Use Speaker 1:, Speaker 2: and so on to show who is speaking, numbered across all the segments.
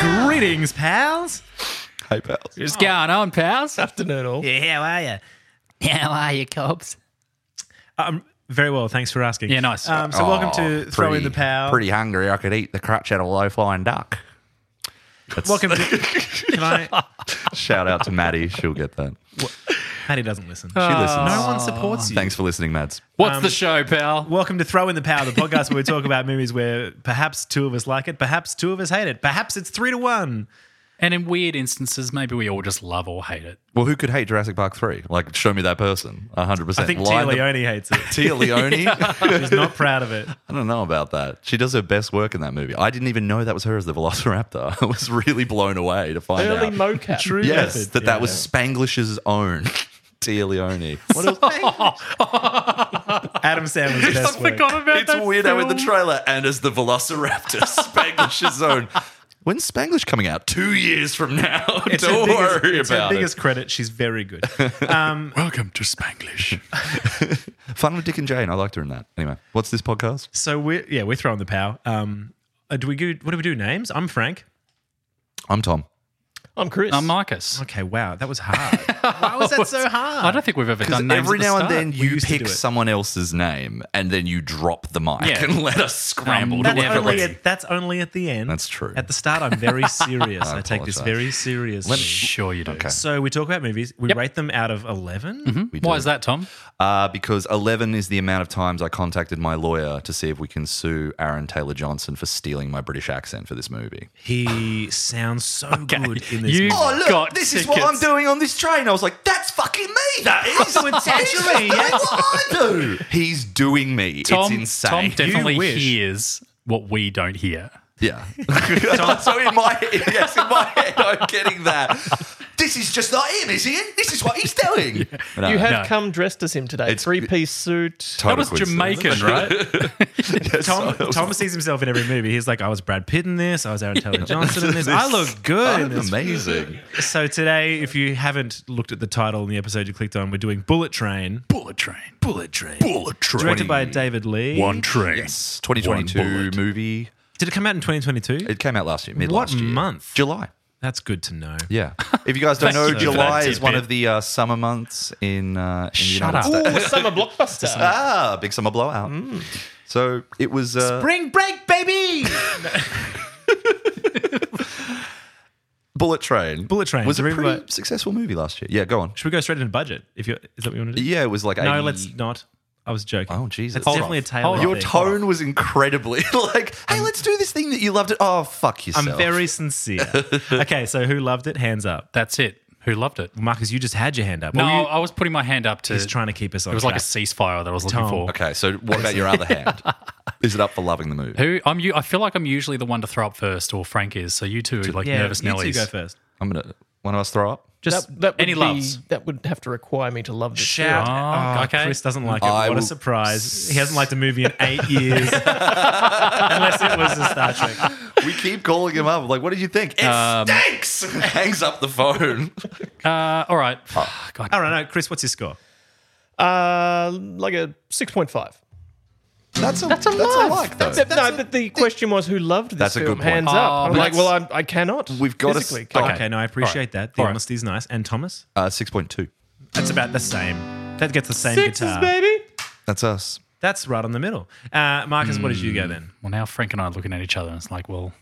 Speaker 1: Greetings, pals.
Speaker 2: Hey, pals.
Speaker 3: What's going on, pals?
Speaker 4: Afternoon, all.
Speaker 1: Yeah, how are you?
Speaker 3: How are you, cops?
Speaker 1: Um, very well, thanks for asking.
Speaker 3: Yeah, nice.
Speaker 1: Um, so welcome to Throw in the Pal.
Speaker 2: Oh, Pretty hungry. I could eat the crutch at a low flying duck. That's,
Speaker 1: Welcome to. Can I?
Speaker 2: shout out to Maddie. She'll get that.
Speaker 1: Maddie doesn't listen.
Speaker 2: She listens.
Speaker 1: Oh, no one supports you.
Speaker 2: Thanks for listening, Mads.
Speaker 3: What's the show, pal?
Speaker 1: Welcome to Throw in the Power, the podcast where we talk about movies where perhaps two of us like it, perhaps two of us hate it, perhaps it's three to one.
Speaker 3: And in weird instances, maybe we all just love or hate it.
Speaker 2: Well, who could hate Jurassic Park 3? Like, show me that person. 100%.
Speaker 1: I think Tia
Speaker 2: Line the-
Speaker 1: Leone hates it.
Speaker 2: Tia Leone?
Speaker 1: She's not proud of it.
Speaker 2: I don't know about that. She does her best work in that movie. I didn't even know that was her as the Velociraptor. I was really blown away to find
Speaker 4: Early
Speaker 3: Uh,
Speaker 2: out.
Speaker 4: mocap.
Speaker 1: True
Speaker 2: yes,
Speaker 1: method.
Speaker 2: that
Speaker 1: Yeah.
Speaker 2: that was Spanglish's own Tia Leone. What else?
Speaker 1: Adam Sandler's best work.
Speaker 3: about
Speaker 2: It's weird how in the trailer and as the Velociraptor, Spanglish's own. When's Spanglish coming out? Two years from now.
Speaker 1: It's her
Speaker 2: Don't
Speaker 1: biggest-
Speaker 2: worry
Speaker 1: it's her
Speaker 2: about
Speaker 1: biggest credit. She's very good.
Speaker 3: Welcome to Spanglish.
Speaker 2: it. Fun with Dick and Jane. I liked her in that. Anyway, what's this podcast?
Speaker 1: So we're yeah we're throwing the power. Um, uh, do we do what do we do? Names? I'm Frank.
Speaker 2: I'm Tom.
Speaker 4: I'm Chris.
Speaker 3: I'm Marcus.
Speaker 1: Okay, wow, that was hard. Why was that so hard?
Speaker 3: I don't think we've ever
Speaker 2: Because
Speaker 3: done names
Speaker 2: every
Speaker 3: at the
Speaker 2: now and
Speaker 3: start.
Speaker 2: then you
Speaker 1: used to
Speaker 2: pick
Speaker 1: do it.
Speaker 2: someone else's name and then you drop the mic
Speaker 3: Yeah.
Speaker 2: and let us scramble.
Speaker 3: Um,
Speaker 2: to
Speaker 1: that's
Speaker 3: Never
Speaker 1: only
Speaker 3: listen.
Speaker 1: at, that's only at the end.
Speaker 2: That's true.
Speaker 1: At the start, I'm very serious. I, take this
Speaker 2: apologize.
Speaker 1: very seriously.
Speaker 3: Sure you do.
Speaker 1: so we talk about movies. We rate them out of 11
Speaker 2: we do.
Speaker 3: Why is that, Tom?
Speaker 2: Uh, because 11 is the amount of times I contacted my lawyer to see if we can sue Aaron Taylor Johnson for stealing my British accent for this movie.
Speaker 1: He sounds so good in this.
Speaker 3: You-
Speaker 1: movie.
Speaker 3: Oh, look, Got this is what tickets. I'm
Speaker 2: doing on this train. I was like, that's fucking me. That is.
Speaker 1: it's actually-
Speaker 2: what I do. He's doing me.
Speaker 3: Tom,
Speaker 2: it's insane.
Speaker 3: Tom definitely
Speaker 1: You wish.
Speaker 3: hears what we don't hear.
Speaker 2: Yeah. so in my yes, in my head, I'm getting that. This is just not him, is he? This is what he's doing. No,
Speaker 4: you have
Speaker 3: no.
Speaker 4: come dressed as him today.
Speaker 2: It's-
Speaker 4: Three piece suit.
Speaker 2: total
Speaker 3: That was
Speaker 2: coincidence.
Speaker 3: Jamaican, right?
Speaker 2: Yes,
Speaker 1: Tom,
Speaker 2: so-
Speaker 1: Tom sees himself in every movie. He's like, I was Brad Pitt in this. I was Aaron Taylor Johnson in this. I look good. in
Speaker 2: I'm
Speaker 1: this.
Speaker 2: amazing.
Speaker 1: So today, if you haven't looked at the title in the episode you clicked on, we're doing Bullet Train.
Speaker 3: Bullet train. Bullet train. Bullet train.
Speaker 1: Directed by David Lee.
Speaker 3: One train.
Speaker 2: Yes, 2022
Speaker 3: bullet.
Speaker 2: movie.
Speaker 1: Did it come out in 2022?
Speaker 2: It came out last year, mid
Speaker 1: What
Speaker 2: last year.
Speaker 1: month?
Speaker 2: July.
Speaker 1: That's good to know.
Speaker 2: Yeah. If you guys don't know,
Speaker 3: Thank you for
Speaker 2: July
Speaker 3: that
Speaker 2: is one
Speaker 3: tidbit.
Speaker 2: of the uh, summer months in, uh, in the
Speaker 3: Shut
Speaker 2: United
Speaker 3: up.
Speaker 2: States.
Speaker 4: Ooh, summer blockbuster.
Speaker 2: Ah, big summer blowout. So it was. Uh,
Speaker 1: Mm. Spring break, baby!
Speaker 2: Bullet Train.
Speaker 1: Bullet Train,
Speaker 2: was a
Speaker 1: do you
Speaker 2: pretty
Speaker 1: remember that?
Speaker 2: successful movie last year. Yeah, go on.
Speaker 1: Should we go straight into budget? If you is that what you want to do?
Speaker 2: Yeah, it was like.
Speaker 1: No,
Speaker 2: 80
Speaker 1: let's not. I was joking.
Speaker 2: Oh, Jesus.
Speaker 1: It's
Speaker 2: Hold
Speaker 1: definitely
Speaker 2: on.
Speaker 1: a Taylor.
Speaker 3: Hold on.
Speaker 2: Your
Speaker 1: thing.
Speaker 2: tone was incredibly like, "Hey, let's do this thing that you loved." It. Oh, fuck yourself.
Speaker 1: I'm very sincere. okay, so who loved it? Hands up.
Speaker 3: That's it. Who loved it?
Speaker 1: Marcus, you just had your hand up.
Speaker 3: No,
Speaker 1: Well, you-
Speaker 3: I was putting my hand up to.
Speaker 1: he's trying to keep us on
Speaker 3: It was
Speaker 1: track.
Speaker 3: like a ceasefire that I was looking
Speaker 1: Tom.
Speaker 3: for.
Speaker 2: okay. So, what about your other hand? Is it up for loving the movie?
Speaker 3: Who I'm? You, I feel like I'm usually the one to throw up first, or Frank is. So you two are like
Speaker 1: yeah,
Speaker 3: nervous
Speaker 1: you two
Speaker 3: Nellies.
Speaker 1: go first.
Speaker 2: I'm gonna. One of us throw up.
Speaker 1: Just
Speaker 4: that, that would
Speaker 3: any
Speaker 4: be,
Speaker 3: loves?
Speaker 4: That would have to require me to love this.
Speaker 1: shout.
Speaker 3: Oh,
Speaker 1: Oh,
Speaker 3: okay.
Speaker 1: Chris doesn't like it.
Speaker 2: I
Speaker 1: what a
Speaker 2: will-
Speaker 1: surprise! He hasn't liked a movie in eight years, unless it was a Star Trek.
Speaker 2: We keep calling him up. I'm like, what did you think? It stinks. Hangs up the phone.
Speaker 3: Uh, all right. God.
Speaker 1: All right, no, Chris, what's your score?
Speaker 4: film. Uh, like a 6.5.
Speaker 2: That's a that's a, like though.
Speaker 4: Except, no, but the question was who loved this
Speaker 2: That's a
Speaker 4: film?
Speaker 2: good point.
Speaker 4: Hands up.
Speaker 3: Oh,
Speaker 4: I'm
Speaker 3: but
Speaker 4: like,
Speaker 3: that's-
Speaker 4: well, I'm, I cannot.
Speaker 2: We've gotta
Speaker 4: physically.
Speaker 2: stop.
Speaker 1: Okay, no, I appreciate that. The
Speaker 3: All right.
Speaker 1: honesty is nice. And Thomas,
Speaker 2: Uh, Six point two.
Speaker 1: that's about the same. That gets the same
Speaker 4: Sixes,
Speaker 1: guitar.
Speaker 4: baby.
Speaker 2: That's us.
Speaker 1: That's right on the middle. Uh, Marcus, what did you go then?
Speaker 3: Well, now Frank and I are looking at each other, and it's like, well,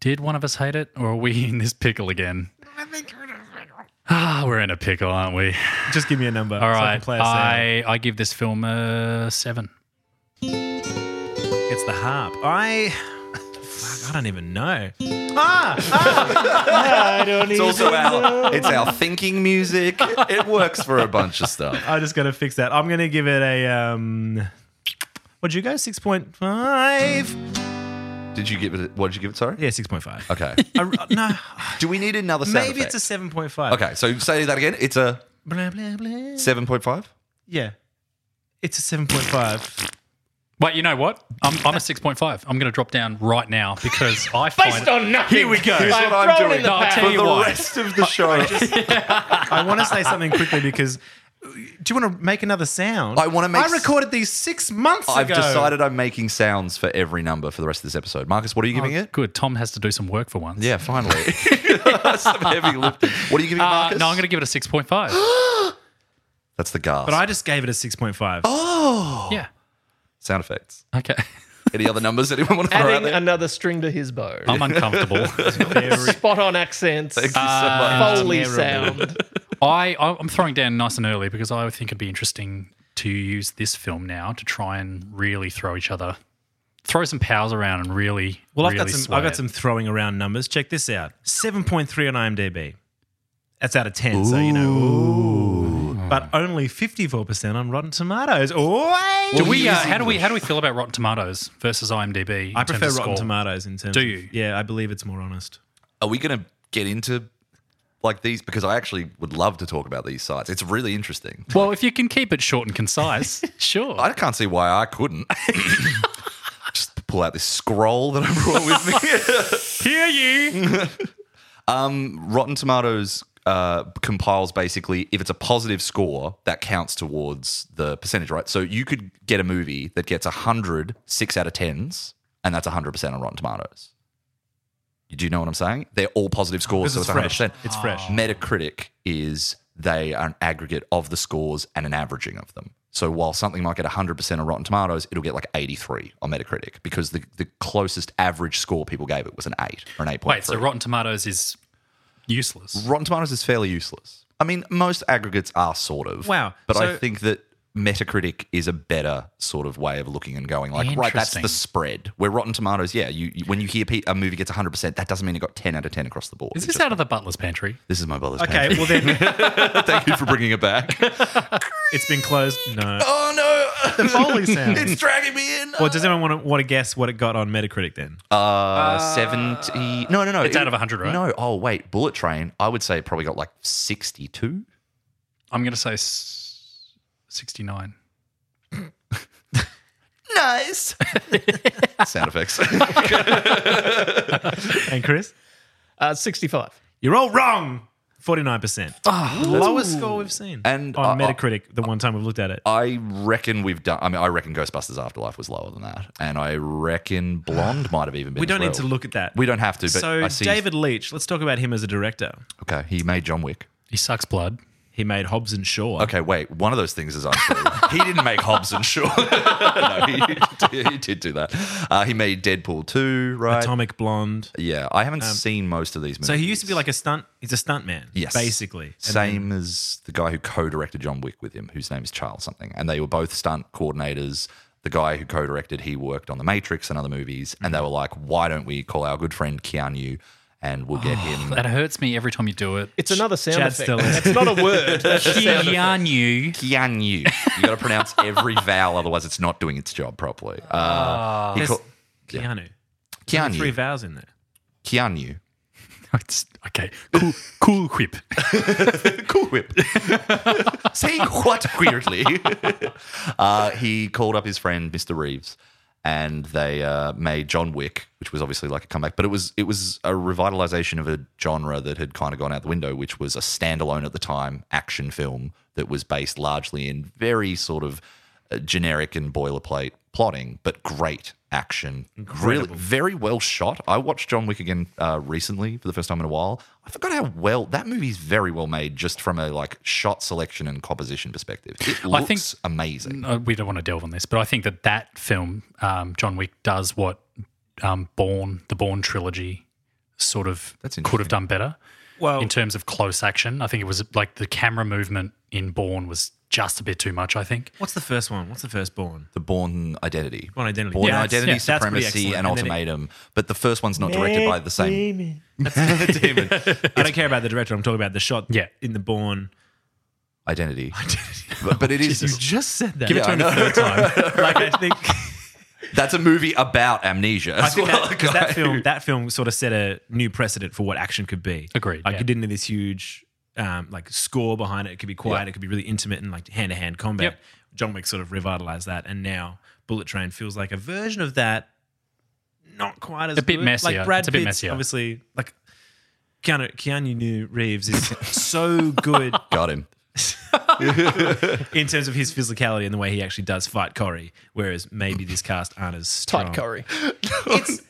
Speaker 3: did one of us hate it, or are we in this pickle again? Ah, we're in a pickle, aren't we?
Speaker 1: Just give me a number.
Speaker 3: All
Speaker 1: so I
Speaker 3: right.
Speaker 1: can play a sound.
Speaker 3: I, I give this film a seven.
Speaker 1: It's the harp. I. Fuck, I don't even know. Ah! ah!
Speaker 4: I don't
Speaker 2: It's
Speaker 4: even
Speaker 2: also
Speaker 4: know.
Speaker 2: our it's our thinking music. It works for a bunch of stuff.
Speaker 1: I just got to fix that. I'm going to give it a. um What'd you go? 6.5?
Speaker 2: Did you give it? What did you give it? Sorry.
Speaker 1: Yeah, 6.5.
Speaker 2: Okay.
Speaker 1: I- no,
Speaker 2: Do we need another? Sound
Speaker 1: maybe
Speaker 2: effect?
Speaker 1: it's a 7.5.
Speaker 2: Okay, so say that again. It's a
Speaker 1: Blah, blah, blah.
Speaker 2: seven point five.
Speaker 1: Yeah. It's a 7.5.
Speaker 3: Wait, you know what? I'm, I'm a 6.5. I'm going to drop down right now because I find
Speaker 4: Based on nothing.
Speaker 3: Here we go.
Speaker 2: Here's
Speaker 4: I'm
Speaker 2: what I'm
Speaker 4: throwing
Speaker 2: doing
Speaker 4: in the
Speaker 3: No, I'll
Speaker 4: pan.
Speaker 3: tell
Speaker 2: for
Speaker 3: you
Speaker 2: the
Speaker 3: why.
Speaker 2: rest of the show.
Speaker 1: I want to say something quickly because Do you want to make another sound?
Speaker 2: I wanna make
Speaker 1: I recorded these six months
Speaker 2: I've
Speaker 1: ago.
Speaker 2: decided I'm making sounds for every number for the rest of this episode. Marcus, what are you giving it?
Speaker 3: Good. Tom has to do some work for once.
Speaker 2: Yeah, finally. Some heavy lifting. What are you giving it,
Speaker 3: Uh,
Speaker 2: Marcus?
Speaker 3: no, I'm going to give it a 6.5.
Speaker 2: That's the gasp.
Speaker 1: But I just gave it a 6.5.
Speaker 2: Oh,
Speaker 3: yeah.
Speaker 2: Sound effects.
Speaker 3: Okay.
Speaker 2: Any other numbers anyone want to throw out
Speaker 4: Adding
Speaker 2: there?
Speaker 4: another string to his bow.
Speaker 3: I'm uncomfortable.
Speaker 1: Very-
Speaker 4: Spot on accents.
Speaker 2: Um,
Speaker 4: Uh,
Speaker 2: Thank you so much.
Speaker 4: Foley
Speaker 1: terrible.
Speaker 4: sound.
Speaker 3: I, I- I'm throwing down nice and early because I think it'd be interesting to use this film now to try and really throw each other, throw some powers around and really.
Speaker 1: Well, I've got
Speaker 3: really
Speaker 1: some.
Speaker 3: sway
Speaker 1: I've got
Speaker 3: it.
Speaker 1: some throwing around numbers. Check this out: seven point three on IMDb. That's out of ten, so you know. Ooh. But only fifty-four percent on Rotten Tomatoes. Oh,
Speaker 3: Do we? Uh, how do we? How do we feel about Rotten Tomatoes versus IMDb? in
Speaker 1: I
Speaker 3: terms
Speaker 1: prefer
Speaker 3: of
Speaker 1: Rotten
Speaker 3: score?
Speaker 1: Tomatoes in terms.
Speaker 3: Do
Speaker 1: of-
Speaker 3: you?
Speaker 1: yeah, I believe it's more honest.
Speaker 2: Are we going to get into like these? Because I actually would love to talk about these sites. It's really interesting.
Speaker 3: Well, if you can keep it short and concise, sure.
Speaker 2: I can't see why I couldn't. Just pull out this scroll that I brought with me.
Speaker 3: hear you.
Speaker 2: Rotten Tomatoes uh, compiles basically if it's a positive score that counts towards the percentage, right? So you could get a movie that gets 100 six out of tens, and that's 100% on Rotten Tomatoes. Do you know what I'm saying? They're all positive scores,
Speaker 1: Because
Speaker 2: so
Speaker 1: it's
Speaker 2: it's
Speaker 1: fresh.
Speaker 2: 100%.
Speaker 1: It's fresh.
Speaker 3: Ah.
Speaker 2: Metacritic is they are an aggregate of the scores and an averaging of them. So while something might get 100% on Rotten Tomatoes, it'll get like 83 on Metacritic because the, the closest average score people gave it was an 8 or an 8.3.
Speaker 3: Wait, so Rotten Tomatoes is useless.
Speaker 2: Rotten Tomatoes is fairly useless. I mean, most aggregates are sort of.
Speaker 1: Wow.
Speaker 2: But I
Speaker 1: So-
Speaker 2: think that Metacritic is a better sort of way of looking and going like, right, that's
Speaker 3: Interesting.
Speaker 2: the spread. Where Rotten Tomatoes, yeah, you, you- when you hear pe- a movie gets 100%, that doesn't mean it got 10 out of 10 across the board.
Speaker 3: Is
Speaker 2: It
Speaker 3: this
Speaker 2: just-
Speaker 3: out of the butler's pantry?
Speaker 2: this is my brother's
Speaker 1: Okay, well then
Speaker 2: Thank you for bringing it back.
Speaker 1: it's been closed. No.
Speaker 2: oh, no. The
Speaker 1: Foley sound.
Speaker 2: it's dragging me in.
Speaker 1: Well, does anyone want to want to guess what it got on Metacritic then?
Speaker 2: Uh, 70. No, no, no.
Speaker 3: It's out of 100, right?
Speaker 2: No. Oh, wait. Bullet Train, I would say it probably got like 62.
Speaker 3: I'm going to say s- 69.
Speaker 2: Nice. Sound effects.
Speaker 1: and Chris,
Speaker 4: Uh, 65.
Speaker 1: you're all wrong. Forty-nine percent. Lowest score we've seen
Speaker 2: Ah, And
Speaker 1: on
Speaker 2: I- I-
Speaker 1: Metacritic. the one time we've looked at it.
Speaker 2: I reckon we've done. I mean, I reckon Ghostbusters Afterlife was lower than that, and I reckon Blonde might have even been.
Speaker 1: we
Speaker 2: as
Speaker 1: don't
Speaker 2: well.
Speaker 1: need to look at that.
Speaker 2: We don't have to. But
Speaker 1: so
Speaker 2: I see
Speaker 1: David Leitch, let's talk about him as a director.
Speaker 2: Okay, he made John Wick.
Speaker 3: He sucks blood.
Speaker 1: He made Hobbs and Shaw.
Speaker 2: Okay, wait. One of those things is untrue. he didn't make Hobbs and Shaw. no, he, he did do that. Uh, he made Deadpool two, right?
Speaker 1: Atomic Blonde.
Speaker 2: yeah, I haven't seen most of these movies.
Speaker 1: Um, So he used to be like a stunt. He's a stunt man.
Speaker 2: Yes.
Speaker 1: basically. And
Speaker 2: Same as the guy who co-directed John Wick with him, whose name is Charles something, and they were both stunt coordinators. The guy who co-directed, he worked on The Matrix and other movies, and they were like, "Why don't we call our good friend Keanu, and we'll get him."
Speaker 3: That hurts me every time you do it.
Speaker 4: It's another sound
Speaker 1: Chad
Speaker 4: effect.
Speaker 1: Stiller.
Speaker 4: It's not a word. That's a sound effect.
Speaker 3: Keanu.
Speaker 2: Keanu, you got to pronounce every vowel, otherwise it's not doing its job properly. Uh, he call-
Speaker 1: then Keanu. Three
Speaker 2: Keanu,
Speaker 1: vowels in there.
Speaker 2: Keanu,
Speaker 3: It's, okay. Cool, cool whip.
Speaker 2: Cool Whip. Saying what weirdly? uh, he called up his friend Mr. Reeves, and they uh, made John Wick, which was obviously like a comeback, but it was it was a revitalization of a genre that had kind of gone out the window, which was a standalone at the time action film that was based largely in very sort of uh, generic and boilerplate plotting, but great action, really very well shot. I watched John Wick again uh, recently for the first time in a while. I forgot how well that movie's very well made, just from a like shot selection and composition perspective. It looks
Speaker 3: I think-
Speaker 2: amazing.
Speaker 3: Uh, we don't want to delve on this, but I think that that film, um, John Wick, does what um, Born, the Born trilogy, sort of
Speaker 2: That's
Speaker 3: could have done better
Speaker 1: Well,
Speaker 3: in terms of close action. I think it was like the camera movement in Born was just a bit too much. I think.
Speaker 1: what's the first one? What's the first born?
Speaker 2: the Born Identity.
Speaker 1: Bourne Identity.
Speaker 2: Bourne
Speaker 1: Yeah, that's-
Speaker 2: Identity,
Speaker 1: yeah, that's pretty
Speaker 2: Supremacy,
Speaker 1: excellent.
Speaker 2: and
Speaker 1: And then it-
Speaker 2: Ultimatum. but the first one's not directed by the same
Speaker 4: Damon.
Speaker 2: demon.
Speaker 1: I don't care about the director. I'm talking about the shot.
Speaker 3: Yeah.
Speaker 1: in the Born.
Speaker 2: Identity. But, but it is.
Speaker 1: You just said that.
Speaker 3: Give
Speaker 2: Yeah,
Speaker 3: it to
Speaker 2: I
Speaker 3: him a
Speaker 2: know.
Speaker 3: third time.
Speaker 1: like I think,
Speaker 2: That's a movie about amnesia.
Speaker 1: I
Speaker 2: as
Speaker 1: think
Speaker 2: well,
Speaker 1: that, 'cause that
Speaker 2: guys.
Speaker 1: film that film sort of set a new precedent for what action could be.
Speaker 3: Agreed,
Speaker 1: Like
Speaker 3: yeah.
Speaker 1: it didn't have this huge um, like score behind it. It could be quiet. It could be really intimate and like hand to hand combat.
Speaker 3: Yep.
Speaker 1: John Wick sort of revitalized that, and now Bullet Train feels like a version of that. Not quite as
Speaker 3: A bit
Speaker 1: good.
Speaker 3: messier.
Speaker 1: Like Brad
Speaker 3: It's a bit
Speaker 1: Pitt's
Speaker 3: messier.
Speaker 1: Obviously, like Keanu, Keanu Reeves is so good
Speaker 2: Got him.
Speaker 1: in terms of his physicality and the way he actually does fight Corey, whereas maybe this cast aren't as strong.
Speaker 4: Tight Corey.
Speaker 1: It's,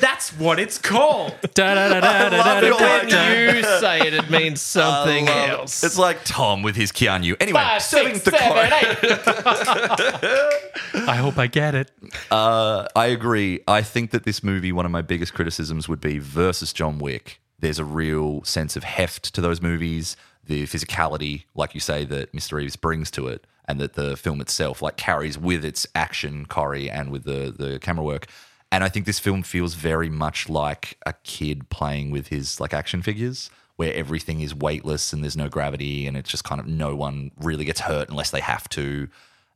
Speaker 1: that's what it's called.
Speaker 3: Da, da, da, da, da,
Speaker 2: love it
Speaker 3: da, da,
Speaker 2: when
Speaker 3: da.
Speaker 4: When you say it, it means something else.
Speaker 2: It's like Tom with his Keanu. Anyway,
Speaker 4: Five,
Speaker 2: serving
Speaker 4: six,
Speaker 2: the
Speaker 4: seven,
Speaker 2: card.
Speaker 4: eight.
Speaker 3: I hope I get it.
Speaker 2: Uh, I agree. I think that this movie, one of my biggest criticisms would be versus John Wick. There's a real sense of heft to those movies, the physicality, like you say, that Mr. Reeves brings to it, and that the film itself like carries with its action, Corey, and with the the camera work. And I think this film feels very much like a kid playing with his like action figures, where everything is weightless and there's no gravity, and it's just kind of no one really gets hurt unless they have to,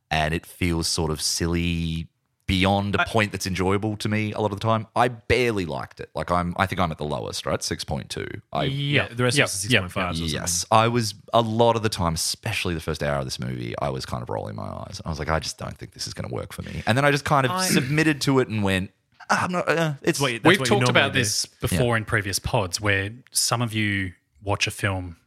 Speaker 2: and it feels sort of silly beyond a point that's enjoyable to me a lot of the time. I barely liked it. Like I'm I think I'm at the lowest, right? 6.2. I
Speaker 3: Yeah,
Speaker 1: The rest
Speaker 3: yeah,
Speaker 1: of us are 6.5s or something.
Speaker 2: yes. I was a lot of the time, especially the first hour of this movie, I was kind of rolling my eyes. I was like I just don't think this is going to work for me. And then I just kind of submitted to it and went "Ah, I'm not uh, it's
Speaker 1: Wait, that's
Speaker 3: We've
Speaker 1: what you
Speaker 3: talked
Speaker 1: normally
Speaker 3: about
Speaker 1: do.
Speaker 3: this before in previous pods where some of you watch a film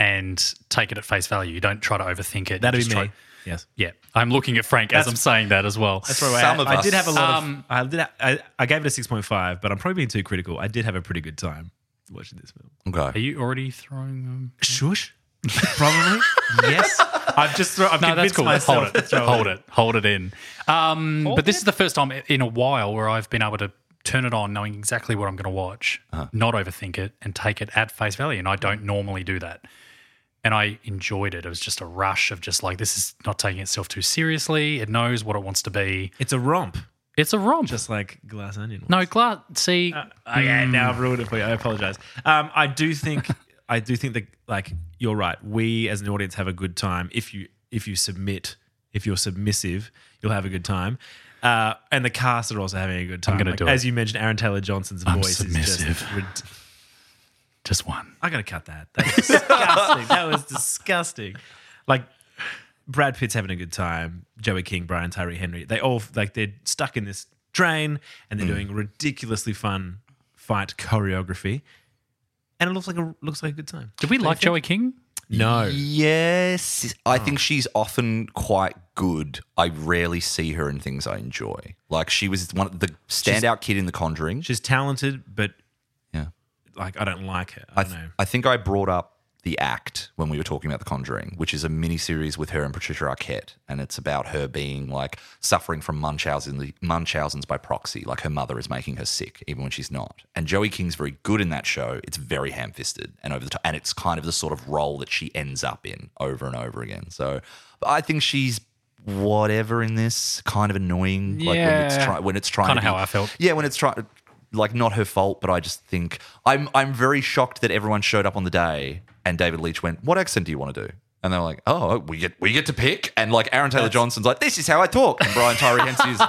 Speaker 3: and take it at face value. You don't try to overthink it. You
Speaker 1: That'd
Speaker 3: just
Speaker 1: be
Speaker 3: try-
Speaker 1: me. Yes.
Speaker 3: Yeah, I'm looking at Frank as I'm saying that as well.
Speaker 1: That's right.
Speaker 2: Some
Speaker 1: I,
Speaker 2: of
Speaker 1: I
Speaker 2: us.
Speaker 1: did have a lot
Speaker 3: Um,
Speaker 1: of. I did. I, I gave it a six point five, but I'm probably being too critical. I did have a pretty good time watching this film.
Speaker 3: Are
Speaker 2: okay.
Speaker 3: you already throwing them?
Speaker 1: Shush. Probably. yes. I've just. Throw, I've
Speaker 3: No, that's
Speaker 1: convinced
Speaker 3: cool.
Speaker 1: myself.
Speaker 3: Hold it. Hold it. Hold it in. Um, but this is the first time in a while where I've been able to turn it on knowing exactly what I'm going to watch, not overthink it, and take it at face value. And I don't normally do that. And I enjoyed it. It was just a rush of just like, this is not taking itself too seriously. It knows what it wants to be.
Speaker 1: It's a romp,
Speaker 3: It's a romp.
Speaker 1: just like Glass Onion. was.
Speaker 3: no, glass. See,
Speaker 1: Oh, yeah,
Speaker 3: Hmm.
Speaker 1: now I've ruined it for you. I apologize. Um, I do think I do think that like you're right. We as an audience have a good time if you if you submit if you're submissive, you'll have a good time. Uh, and the cast are also having a good time.
Speaker 3: gonna
Speaker 1: Like,
Speaker 3: do it.
Speaker 1: as you mentioned, Aaron Taylor Johnson's voice is
Speaker 3: submissive.
Speaker 1: just. rid-
Speaker 3: just one.
Speaker 1: I gotta cut that. That was disgusting. that was disgusting. Like Brad Pitt's having a good time. Joey King, Brian Tyree Henry. They all like they're stuck in this train and
Speaker 2: Mm.
Speaker 1: they're doing ridiculously fun fight choreography. And it looks like a looks like a good time.
Speaker 3: Did we like Joey King?
Speaker 1: No.
Speaker 2: Yes. I think she's often quite good. I rarely see her in things I enjoy. Like she was one of the standout kid in The Conjuring.
Speaker 1: She's talented, but
Speaker 2: yeah.
Speaker 1: like I don't like her. I
Speaker 2: I,
Speaker 1: don't
Speaker 2: th-
Speaker 1: know.
Speaker 2: I think I brought up The Act when we were talking about The Conjuring, which is a mini series with her and Patricia Arquette. And it's about her being like suffering from Munchausen, Munchausen's by proxy. Like her mother is making her sick, even when she's not. And Joey King's very good in that show. It's very ham fisted and over the top. And it's kind of the sort of role that she ends up in over and over again. So but I think she's. Whatever in this kind of annoying, like when it's
Speaker 3: Yeah.
Speaker 2: try- when it's trying
Speaker 3: Kinda
Speaker 2: to be-
Speaker 3: how I felt.
Speaker 2: yeah, when it's trying, like not her fault, but I just think I'm I'm very shocked that everyone showed up on the day and David Leach went, "What accent do you want to do?" And they were like, "Oh, we get we get to pick." And like Aaron Taylor Johnson's like, "This is how I talk," and Brian Tyree Henson's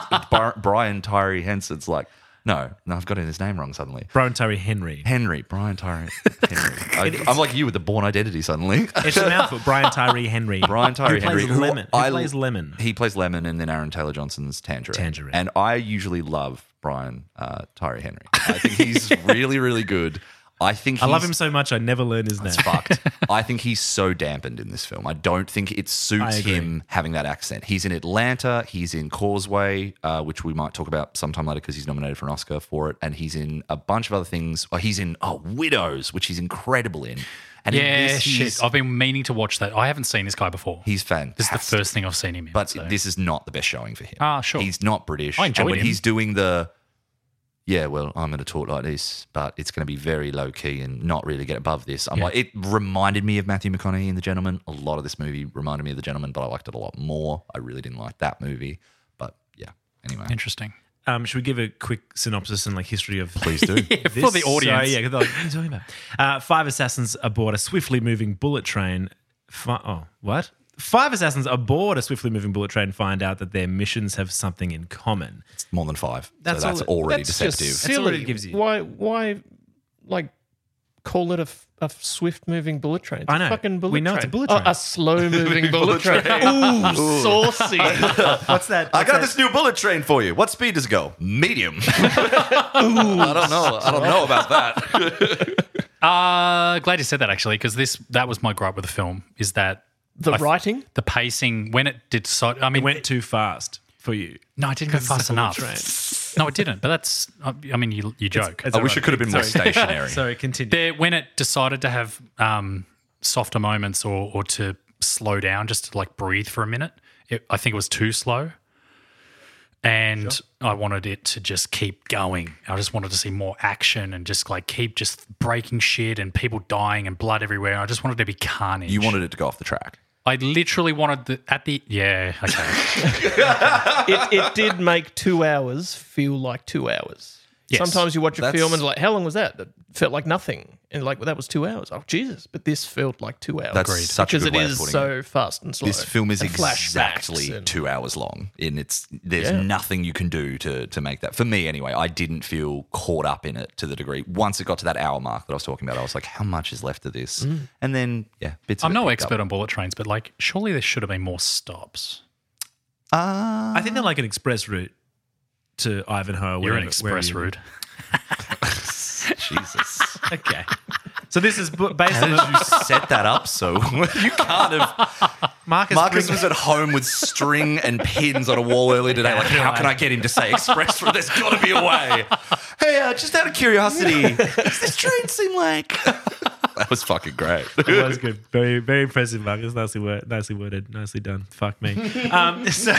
Speaker 2: Brian Tyree Henson's like, "No, no, I've got his name wrong suddenly."
Speaker 1: Brian Tyree Henry.
Speaker 2: Henry, Brian Tyree Henry. I, am like you with the born identity suddenly.
Speaker 1: It's a mouthful. Brian Tyree Henry.
Speaker 2: Brian Tyree
Speaker 1: who
Speaker 2: Henry,
Speaker 1: plays Lemon. Who
Speaker 2: I-
Speaker 1: plays Lemon?
Speaker 2: He plays Lemon, and then Aaron Taylor Johnson's Tangerine.
Speaker 1: Tangerine.
Speaker 2: And I usually love Brian uh, Tyree Henry. I think he's really, really good. I think he's
Speaker 1: I love him so much I never learned his name.
Speaker 2: fucked. I think he's so dampened in this film. I don't think it suits
Speaker 1: I agree.
Speaker 2: him having that accent. He's in Atlanta. He's in Causeway, uh, which we might talk about sometime later because he's nominated for an Oscar for it. And he's in a bunch of other things. Oh, he's in oh Widows, which he's incredible in. And in
Speaker 3: Yeah,
Speaker 2: this,
Speaker 3: shit.
Speaker 2: he's,
Speaker 3: I've been meaning to watch that. I haven't seen this guy before.
Speaker 2: he's fantastic.
Speaker 3: this is the first thing I've seen him in.
Speaker 2: But
Speaker 3: so.
Speaker 2: this is not the best showing for him.
Speaker 3: Ah, sure.
Speaker 2: He's not British.
Speaker 3: I
Speaker 2: and
Speaker 3: enjoyed
Speaker 2: when
Speaker 3: him.
Speaker 2: he's doing the, yeah, well, I'm going to talk like this, but it's going to be very low key and not really get above this. I'm like, it reminded me of Matthew McConaughey in The Gentleman. A lot of this movie reminded me of The Gentleman, but I liked it a lot more. I really didn't like that movie. But yeah, anyway.
Speaker 3: Interesting.
Speaker 1: Um, should we give a quick synopsis and like history of
Speaker 2: Please do.
Speaker 1: This-
Speaker 3: for the audience.
Speaker 1: So, yeah, 'cause they're like, what are you talking about? Uh, five assassins aboard a swiftly moving bullet train. Fi- oh, what? Five assassins aboard a swiftly moving bullet train find out that their missions have something in common.
Speaker 2: It's more than five.
Speaker 1: That's
Speaker 2: so that's
Speaker 1: all-
Speaker 2: already
Speaker 4: That's just
Speaker 2: deceptive.
Speaker 1: That's all it
Speaker 4: silly.
Speaker 1: gives you.
Speaker 4: Why? Why? Like, call it a, f- a swift moving bullet train. It's
Speaker 1: I
Speaker 4: a
Speaker 1: know.
Speaker 4: fucking bullet
Speaker 1: We know
Speaker 4: train.
Speaker 1: it's a bullet
Speaker 4: Oh,
Speaker 1: train.
Speaker 4: a slow moving bullet train. Ooh, saucy.
Speaker 1: What's that?
Speaker 2: I got this new bullet train for you. What speed does it go? Medium. I don't know. I don't know about that.
Speaker 3: Uh, glad you said that actually, because this that was my gripe with the film is that
Speaker 4: The
Speaker 3: I-
Speaker 4: writing?
Speaker 3: the pacing when it did so. I mean,
Speaker 1: It went too fast for you.
Speaker 3: no, it didn't go fast enough.
Speaker 1: train.
Speaker 3: No, it didn't. But that's. I I mean, you you joke.
Speaker 1: It's
Speaker 2: I
Speaker 1: all
Speaker 2: wish
Speaker 1: right.
Speaker 2: it could have been more
Speaker 1: Sorry.
Speaker 2: stationary.
Speaker 1: Sorry, continue.
Speaker 3: there when it decided to have um, softer moments or or to slow down just to like breathe for a minute it, i think it was too slow and i wanted it to just keep going i just wanted to see more action and just like keep just breaking shit and people dying and blood everywhere i just wanted to be carnage
Speaker 2: you wanted it to go off the track.
Speaker 3: i literally wanted the at the yeah okay
Speaker 4: it, it did make two hours feel like two hours.
Speaker 3: Yes.
Speaker 4: Sometimes you watch a
Speaker 2: That's-
Speaker 4: film and it's like, how long was that? It felt like nothing. And like, well, that was two hours. Oh, Jesus. But this felt like two hours.
Speaker 2: That's such a
Speaker 4: because
Speaker 2: good
Speaker 4: it
Speaker 2: way
Speaker 4: is
Speaker 2: of putting it.
Speaker 4: so fast and slow.
Speaker 2: This film is
Speaker 4: and flashbacks
Speaker 2: exactly
Speaker 4: and-
Speaker 2: two hours long, and it's there's
Speaker 4: Yeah.
Speaker 2: nothing you can do to to make that. For me, anyway, I didn't feel caught up in it to the degree. Once it got to that hour mark that I was talking about, I was like, "How much is left of this?" And then, yeah, bits. of
Speaker 3: i'm
Speaker 2: it
Speaker 3: no
Speaker 2: picked
Speaker 3: expert
Speaker 2: Up.
Speaker 3: on bullet trains but like surely there should have been more stops
Speaker 2: Uh,
Speaker 1: I think they're like an express route to Ivanhoe.
Speaker 3: you're an
Speaker 1: wherever- wherever
Speaker 3: express
Speaker 1: you-
Speaker 3: route
Speaker 2: Jesus,
Speaker 1: Okay. So this is bu- based
Speaker 2: how
Speaker 1: on
Speaker 2: did
Speaker 1: a-
Speaker 2: you set that up? So you can't have.
Speaker 1: Marcus.
Speaker 2: Marcus
Speaker 1: Bring-
Speaker 2: was at home with string and pins on a wall earlier today. Like, how can I get him to say express? route? There's got to be a way. Hey, uh, just out of curiosity, does this train seem like? that was fucking great.
Speaker 1: That was good. Very, very impressive, Marcus. Nicely, word, nicely worded. Nicely done. Fuck me. Um, so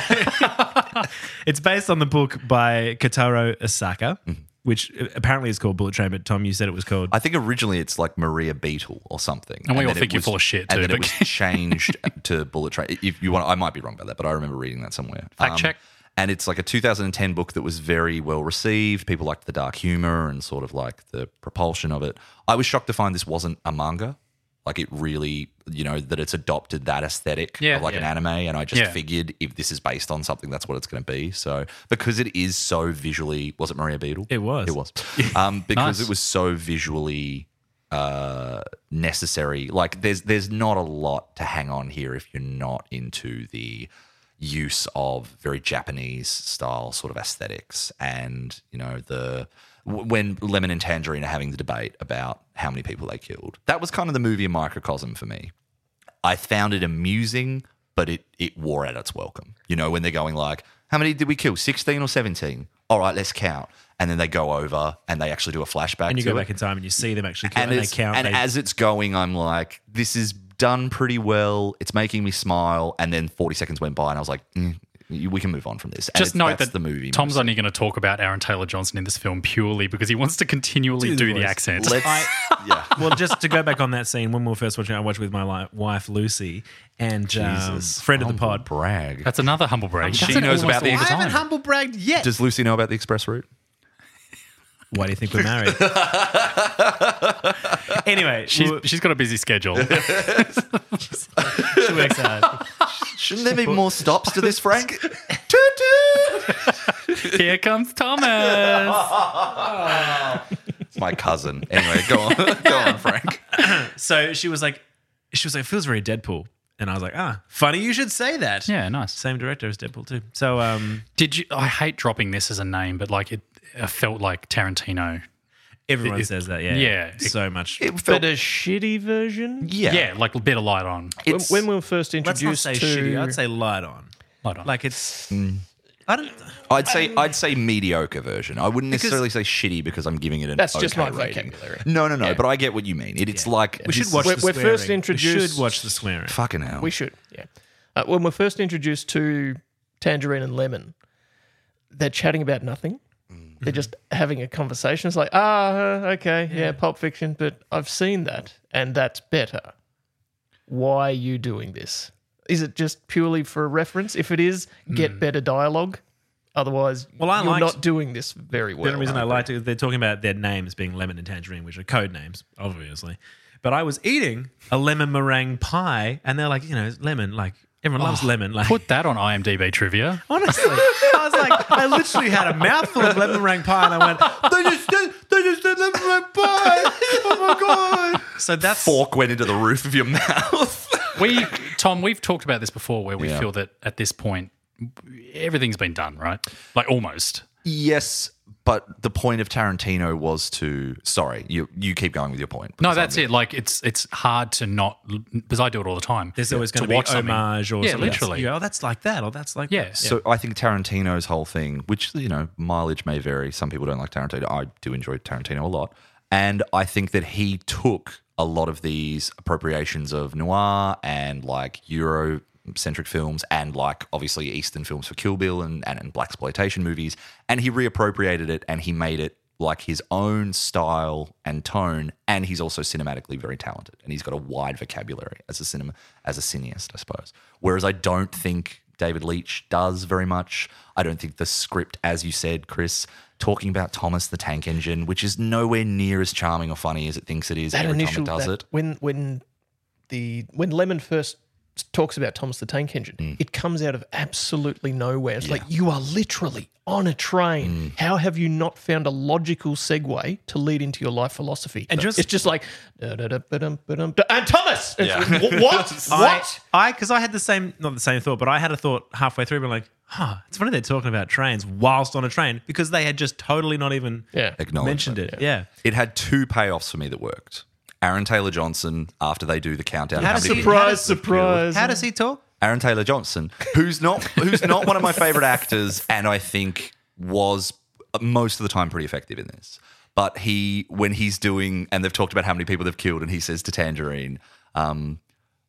Speaker 1: it's based on the book by Kataro Asaka, which uh, apparently is called Bullet Train, but Tom, you said it was called.
Speaker 2: Mm-hmm. I think originally it's like Maria Beetle or something,
Speaker 3: And we all
Speaker 2: then it
Speaker 3: think you're
Speaker 2: was-
Speaker 3: full of shit
Speaker 2: And
Speaker 3: too,
Speaker 2: then it
Speaker 3: but-
Speaker 2: was changed to Bullet Train. If you want, I might be wrong about that, but I remember reading that somewhere. Um,
Speaker 3: Fact check.
Speaker 2: And it's like a 2010 book that was very well received. People liked the dark humor and sort of like the propulsion of it. I was shocked to find this wasn't a manga. Like it really, you know, that it's adopted that aesthetic
Speaker 3: Yeah,
Speaker 2: of like an
Speaker 3: yeah.
Speaker 2: anime. And I just
Speaker 3: Yeah.
Speaker 2: figured if this is based on something, that's what it's going to be. So because it is so visually, was it Maria Beetle?
Speaker 1: It was.
Speaker 2: It was. Um, because
Speaker 3: Nice.
Speaker 2: it was so visually uh, necessary. Like there's there's not a lot to hang on here if you're not into the use of very Japanese style sort of aesthetics and you know the w- when Lemon and Tangerine are having the debate about how many people they killed. That was kind of the movie a microcosm for me. I found it amusing, but it it wore out its welcome. You know, when they're going like, how many did we kill? Sixteen or seventeen? All right, let's count. And then they go over and they actually do a flashback.
Speaker 1: and you
Speaker 2: to
Speaker 1: go
Speaker 2: it.
Speaker 1: back in time and you see them actually kill,
Speaker 2: and,
Speaker 1: and, they
Speaker 2: it's-
Speaker 1: count.
Speaker 2: and
Speaker 1: they,
Speaker 2: as it's going, I'm like, this is done pretty well. It's making me smile. And then 40 seconds went by, and I was like, mm, we can move on from this. And it's-
Speaker 3: just note
Speaker 2: that's
Speaker 3: that
Speaker 2: the movie.
Speaker 3: Tom's only going to talk about Aaron Taylor Johnson in this film purely because he wants to continually
Speaker 1: Do
Speaker 3: do,
Speaker 1: the
Speaker 3: the
Speaker 1: voice.
Speaker 3: accent.
Speaker 2: Let's, yeah.
Speaker 1: well, just to go back on that scene, when we were first watching, it, I watched with my li- wife Lucy and um, friend of the
Speaker 2: Humble
Speaker 1: pod.
Speaker 2: Oh, brag.
Speaker 3: That's another humble brag. She
Speaker 2: doesn't
Speaker 3: knows
Speaker 2: almost
Speaker 3: about the
Speaker 2: all- I
Speaker 3: accent.
Speaker 1: humble bragged yet.
Speaker 2: Does Lucy know about the express route?
Speaker 1: Why do you think we're married? anyway,
Speaker 3: She's,
Speaker 1: we'll-
Speaker 3: she's got a busy schedule.
Speaker 1: she works hard.
Speaker 2: Shouldn't there be more stops to this, Frank? Toot toot.
Speaker 3: Here comes Thomas.
Speaker 2: It's my cousin. Anyway, go on, go on, Frank.
Speaker 1: So she was like, she was like, feels very Deadpool. And I was like, ah, funny you should say that.
Speaker 3: Yeah, nice.
Speaker 1: Same director as Deadpool too. So um,
Speaker 3: Did you? I hate dropping this as a name, but like it, I felt like Tarantino.
Speaker 1: everyone says that. Yeah.
Speaker 3: yeah.
Speaker 1: So much.
Speaker 2: It felt,
Speaker 4: But uh, a shitty version?
Speaker 2: yeah,
Speaker 3: Yeah, like a bit of light on.
Speaker 4: When,
Speaker 2: It's,
Speaker 4: when we were first
Speaker 1: Let's not
Speaker 4: introduced
Speaker 1: say
Speaker 4: to.
Speaker 1: shitty. I'd say light on.
Speaker 3: Light on.
Speaker 1: Like it's. I don't.
Speaker 2: I'd say
Speaker 4: Um,
Speaker 2: I'd say mediocre version. I wouldn't necessarily say shitty because I'm giving it an
Speaker 4: That's
Speaker 2: okay
Speaker 4: just my
Speaker 2: rating.
Speaker 4: vocabulary.
Speaker 2: No, no, no. But I get what you mean. It, it's like
Speaker 1: We should
Speaker 2: this
Speaker 1: watch.
Speaker 2: is
Speaker 4: We're-
Speaker 1: the
Speaker 4: we're
Speaker 1: swearing.
Speaker 4: first
Speaker 1: We
Speaker 4: introduced-
Speaker 1: should watch the swearing.
Speaker 2: Fucking hell.
Speaker 4: We should, yeah. Uh, when we're first introduced to Tangerine and Lemon, they're chatting about nothing. They're just having a conversation. It's like, ah, okay, yeah. Pulp Fiction, but I've seen that, and that's better. Why are you doing this? Is it just purely for a reference? If it is, get better dialogue. Otherwise,
Speaker 1: Well, I
Speaker 4: you're
Speaker 1: liked-
Speaker 4: not doing this very well.
Speaker 1: The only reason I liked it is they're talking about their names being lemon and tangerine, which are code names, obviously. But I was eating a lemon meringue pie, and they're like, you know, lemon. Like everyone loves lemon. Like
Speaker 3: Put that on IMDb trivia.
Speaker 1: honestly, I was like, I literally had a mouthful of lemon meringue pie, and I went,
Speaker 2: They just did, they just did that for my pie. Oh my god!
Speaker 1: so that's
Speaker 2: Fork went into the roof of your mouth.
Speaker 3: We, Tom, we've talked about this before, where we
Speaker 2: Yeah.
Speaker 3: feel that at this point everything's been done, right? Like almost.
Speaker 2: yes, but the point of Tarantino was to. Sorry, you you keep going with your point.
Speaker 3: No, that's it. Like it's it's hard to not because I do it all the time.
Speaker 1: There's always
Speaker 3: to
Speaker 1: going to be
Speaker 3: watch something.
Speaker 1: homage or
Speaker 3: Yeah,
Speaker 1: something else.
Speaker 3: literally.
Speaker 1: You go, oh, that's like that, or that's like
Speaker 3: Yeah.
Speaker 1: that.
Speaker 2: So I think Tarantino's whole thing, which you know, mileage may vary. Some people don't like Tarantino. I do enjoy Tarantino a lot, and I think that he took a lot of these appropriations of noir and like Eurocentric films and like obviously Eastern films for Kill Bill and, and, and black exploitation movies, and he reappropriated it and he made it like his own style and tone, and he's also cinematically very talented, and he's got a wide vocabulary as a cinema as a cineast, I suppose. Whereas I don't think David Leitch does very much. I don't think the script, as you said, Chris, talking about Thomas the Tank Engine, which is nowhere near as charming or funny as it thinks it is
Speaker 4: that
Speaker 2: every
Speaker 4: initial
Speaker 2: time it does
Speaker 4: that-
Speaker 2: it.
Speaker 4: when when the when Lemon first s- talks about Thomas the Tank Engine,
Speaker 2: Mm.
Speaker 4: it comes out of absolutely nowhere. It's like you are literally on a train.
Speaker 2: Mm.
Speaker 4: How have you not found a logical segue to lead into your life philosophy?
Speaker 1: And just-
Speaker 4: it's just like "Da-da-da-ba-dum-ba-dum-da-" and Thomas. It's- wh- What?
Speaker 1: I-
Speaker 4: what?
Speaker 1: I because I had the same not the same thought, but I had a thought halfway through, being like, huh, it's funny they're talking about trains whilst on a train because they had just totally not even
Speaker 4: Yeah.
Speaker 2: Acknowledge
Speaker 1: mentioned
Speaker 2: that.
Speaker 1: it. Yeah.
Speaker 2: It had two payoffs for me that worked. Aaron Taylor Johnson, after they do the countdown,
Speaker 1: How
Speaker 2: how
Speaker 1: does
Speaker 2: many
Speaker 1: he-
Speaker 2: people-
Speaker 1: How
Speaker 4: Surprise!
Speaker 1: does-
Speaker 4: Surprise!
Speaker 1: How does he talk?
Speaker 2: Aaron Taylor Johnson, who's not who's not one of my favorite actors, and I think was most of the time pretty effective in this. But he, when he's doing, and they've talked about how many people they've killed, and he says to Tangerine, um,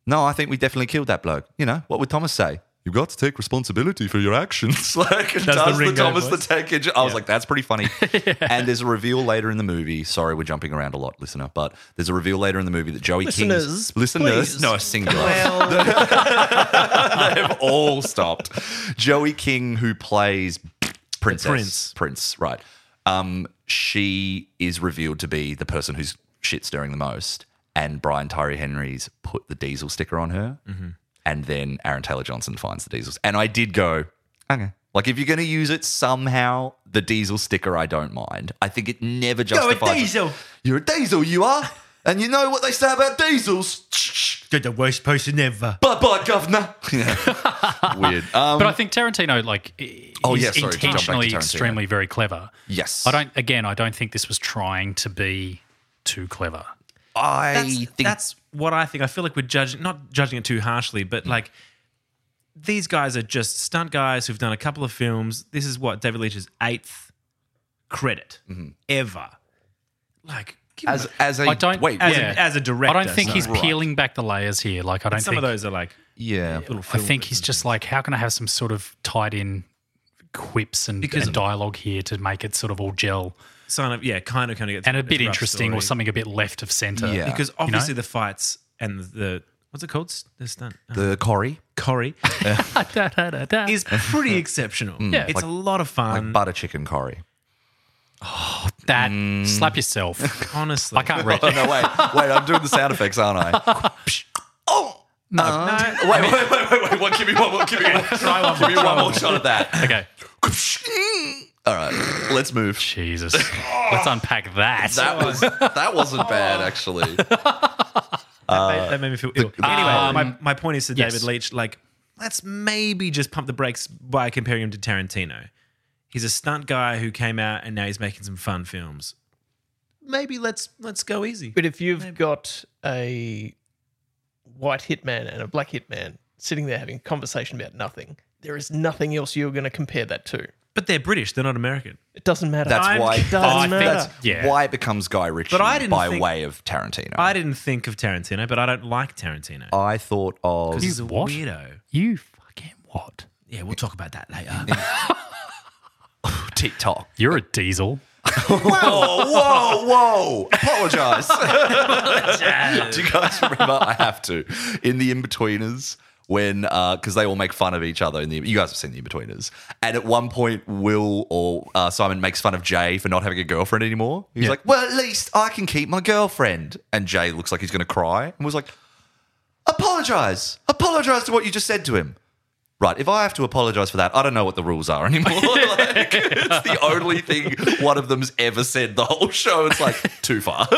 Speaker 2: "No, I think we definitely killed that bloke." You know, what would Thomas say? You've got to take responsibility for your actions. like does,
Speaker 1: the
Speaker 2: the,
Speaker 1: Ringo
Speaker 2: Thomas
Speaker 1: voice.
Speaker 2: the Tank Engine? I was like, that's pretty funny. And there's a reveal later in the movie. Sorry, we're jumping around a lot, listener. But there's a reveal later in the movie that Joey
Speaker 4: Listeners,
Speaker 2: King's listeners,
Speaker 4: please.
Speaker 2: no singular.
Speaker 1: Well,
Speaker 2: They've all stopped. Joey King, who plays Princess
Speaker 1: Prince.
Speaker 2: Prince, right? Um, she is revealed to be the person who's shit stirring the most, and Brian Tyree Henry's put the diesel sticker on her,
Speaker 1: Mm-hmm.
Speaker 2: and then Aaron Taylor Johnson finds the diesels. And I did go, okay. Like if you're going to use it somehow, the diesel sticker I don't mind. I think it never
Speaker 1: a
Speaker 2: justifies. it.
Speaker 1: diesel.
Speaker 2: You're a diesel. You are, and you know what they say about diesels.
Speaker 1: You're the worst person ever.
Speaker 2: Bye bye, governor. Weird. Um,
Speaker 3: But I think Tarantino like i-
Speaker 2: Oh,
Speaker 3: is
Speaker 2: yeah, sorry, to jump back to
Speaker 3: intentionally
Speaker 2: Tarantino.
Speaker 3: extremely very clever.
Speaker 2: yes.
Speaker 3: I don't again, I don't think this was trying to be too clever.
Speaker 2: I
Speaker 1: That's,
Speaker 2: think
Speaker 1: that's what I think. I feel like we're judging, not judging it too harshly, but
Speaker 2: Mm.
Speaker 1: like these guys are just stunt guys who've done a couple of films. This is what David Leitch's eighth credit
Speaker 2: Mm-hmm.
Speaker 1: ever. Like, give
Speaker 2: as
Speaker 1: him
Speaker 2: as a
Speaker 3: I don't-
Speaker 2: wait.
Speaker 1: a, as,
Speaker 3: yeah.
Speaker 1: a, as a
Speaker 3: I
Speaker 1: director,
Speaker 3: don't think
Speaker 1: so-
Speaker 3: he's
Speaker 2: Right.
Speaker 3: peeling back the layers here. Like I don't
Speaker 1: Some
Speaker 3: think
Speaker 1: of those are like
Speaker 2: yeah.
Speaker 1: little.
Speaker 3: I
Speaker 1: Film
Speaker 3: think he's just like, how can I have some sort of tied in quips and,
Speaker 1: Because-
Speaker 3: and dialogue here to make it sort of all gel
Speaker 1: sign of yeah, kind of kind of gets
Speaker 3: and a
Speaker 1: it's
Speaker 3: bit
Speaker 1: rough
Speaker 3: interesting or
Speaker 1: story.
Speaker 3: something a bit left of center.
Speaker 2: Yeah.
Speaker 1: Because obviously the fights and the what's it called? The stunt uh,
Speaker 2: The Corrie,
Speaker 1: Corrie is pretty exceptional.
Speaker 3: Yeah.
Speaker 1: it's
Speaker 3: Like-
Speaker 1: a lot of
Speaker 2: Mm. like
Speaker 1: fun.
Speaker 2: butter chicken Corrie.
Speaker 3: that
Speaker 2: Mm.
Speaker 3: slap yourself.
Speaker 1: honestly,
Speaker 3: I can't read.
Speaker 2: Oh no, wait, wait. I'm doing the sound effects, aren't I? oh. No. Wait, wait, wait, wait, wait, wait. Give me one more. Give me one.
Speaker 3: Try one
Speaker 2: Give me
Speaker 3: more, try
Speaker 2: one more
Speaker 3: one
Speaker 2: shot at that.
Speaker 3: Okay.
Speaker 2: All right, let's move.
Speaker 3: Jesus. Let's unpack that.
Speaker 2: That was that wasn't bad actually.
Speaker 1: that,
Speaker 2: Uh,
Speaker 1: made, that made me feel ill. anyway, my, my point is to
Speaker 3: yes.
Speaker 1: David Leitch, like, let's maybe just pump the brakes by comparing him to Tarantino. He's a stunt guy who came out and now he's making some fun films. Maybe let's let's go easy.
Speaker 4: But if you've got a white hitman and a black hitman sitting there having a conversation about nothing, there is nothing else you're going to compare that to.
Speaker 1: But they're British, they're not American.
Speaker 4: It doesn't matter.
Speaker 2: That's
Speaker 1: I'm-
Speaker 2: why.
Speaker 1: Doesn't
Speaker 4: doesn't
Speaker 3: I think
Speaker 4: matter.
Speaker 3: that's-
Speaker 2: That's
Speaker 3: Yeah.
Speaker 2: why it becomes Guy Ritchie
Speaker 1: But I didn't
Speaker 2: by
Speaker 1: think-
Speaker 2: way of Tarantino.
Speaker 1: I didn't think of Tarantino, but I don't like Tarantino.
Speaker 2: I thought of
Speaker 1: he's a
Speaker 3: what?
Speaker 1: weirdo.
Speaker 3: you fucking what?
Speaker 1: Yeah, we'll talk about that later.
Speaker 2: TikTok.
Speaker 3: You're a diesel.
Speaker 2: whoa, whoa, whoa. Apologize. Do you guys remember? I have to. In the in-betweeners, when because they all make fun of each other in the you guys have seen the in-betweeners. And at one point, Will or uh, Simon makes fun of Jay for not having a girlfriend anymore. He's like, Well, at least I can keep my girlfriend. And Jay looks like he's gonna cry and was like, Apologize. Apologize to what you just said to him. Right, if I have to apologize for that, I don't know what the rules are anymore. Like, it's the only thing one of them's ever said the whole show. It's like, too far.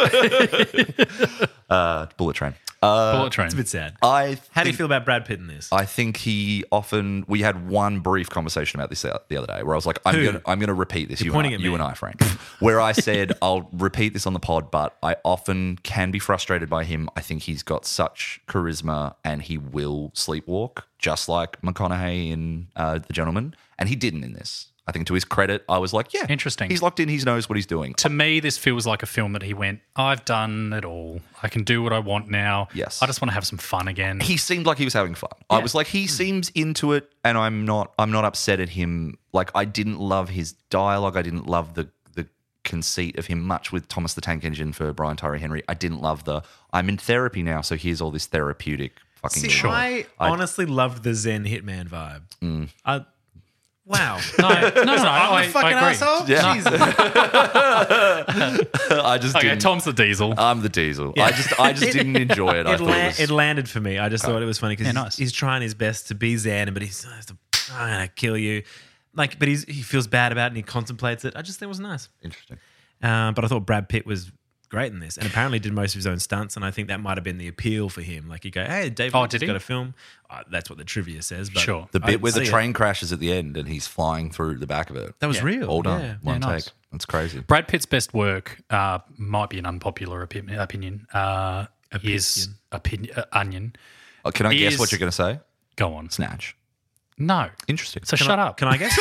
Speaker 2: uh, bullet train.
Speaker 3: Bullet Train.
Speaker 1: It's a bit sad.
Speaker 2: I
Speaker 1: How do you
Speaker 2: think-
Speaker 1: feel about Brad Pitt in this?
Speaker 2: I think he often. We had one brief conversation about this the other day, where I was like, "I'm
Speaker 1: Who?
Speaker 2: going, to I'm going to repeat this." you
Speaker 1: pointing
Speaker 2: and I,
Speaker 1: at
Speaker 2: you
Speaker 1: me.
Speaker 2: and I, Frank. where I said, "I'll repeat this on the pod," but I often can be frustrated by him. I think he's got such charisma, and he will sleepwalk, just like McConaughey in uh, The Gentleman, and he didn't in this. I think to his credit, I was like, "Yeah,
Speaker 3: Interesting.
Speaker 2: He's locked in. He knows what he's doing."
Speaker 3: to me, this feels like a film that he went, I've done it all. I can do what I want now.
Speaker 2: Yes.
Speaker 3: I just want to have some fun again.
Speaker 2: he seemed like he was having fun. I was like, he
Speaker 1: Hmm.
Speaker 2: seems into it, and I'm not. I'm not upset at him. Like, I didn't love his dialogue. I didn't love the the conceit of him much with Thomas the Tank Engine for Brian Tyree Henry. I didn't love the. I'm in therapy now, so here's all this therapeutic fucking.
Speaker 1: See,
Speaker 2: shit."
Speaker 1: I honestly loved the Zen Hitman vibe.
Speaker 2: Mm.
Speaker 1: I, wow.
Speaker 3: no, no, no, no,
Speaker 1: I'm
Speaker 3: I,
Speaker 1: a fucking
Speaker 3: I agree.
Speaker 1: asshole.
Speaker 2: Yeah.
Speaker 1: Jesus.
Speaker 2: I just
Speaker 3: Okay,
Speaker 2: didn't. Uh,
Speaker 3: Tom's the diesel.
Speaker 2: I'm the diesel. I just. I just didn't enjoy it. I
Speaker 1: It,
Speaker 2: thought
Speaker 1: la-
Speaker 2: it was-
Speaker 1: it landed for me. I just thought it was funny because
Speaker 3: Yeah,
Speaker 1: he's,
Speaker 3: nice.
Speaker 1: he's trying his best to be Zen, but he's "I'm gonna kill you. Like, but he's, he feels bad about it and he contemplates it. I just think it was nice.
Speaker 2: interesting.
Speaker 1: Uh, but I thought Brad Pitt was great in this, and apparently did most of his own stunts. And I think that might have been the appeal for him. Like you go, hey, Dave,
Speaker 3: Oh,
Speaker 1: Lynch has
Speaker 3: did he?
Speaker 1: got a film. Uh, that's what the trivia says. But
Speaker 3: Sure.
Speaker 2: The
Speaker 1: I
Speaker 2: bit where the
Speaker 1: see it.
Speaker 2: train crashes at the end and he's flying through the back of it.
Speaker 1: that was
Speaker 3: Yeah.
Speaker 1: real.
Speaker 2: All done.
Speaker 1: Yeah.
Speaker 2: One
Speaker 3: nice.
Speaker 2: take. That's crazy.
Speaker 3: Brad Pitt's best work uh, might be an unpopular opi- opinion. Uh, Is opinion uh, onion?
Speaker 2: Uh, Can I guess
Speaker 3: Is-
Speaker 2: what you're going to say?
Speaker 3: Go on.
Speaker 2: Snatch.
Speaker 3: No.
Speaker 2: Interesting.
Speaker 3: So shut up.
Speaker 1: Can I guess?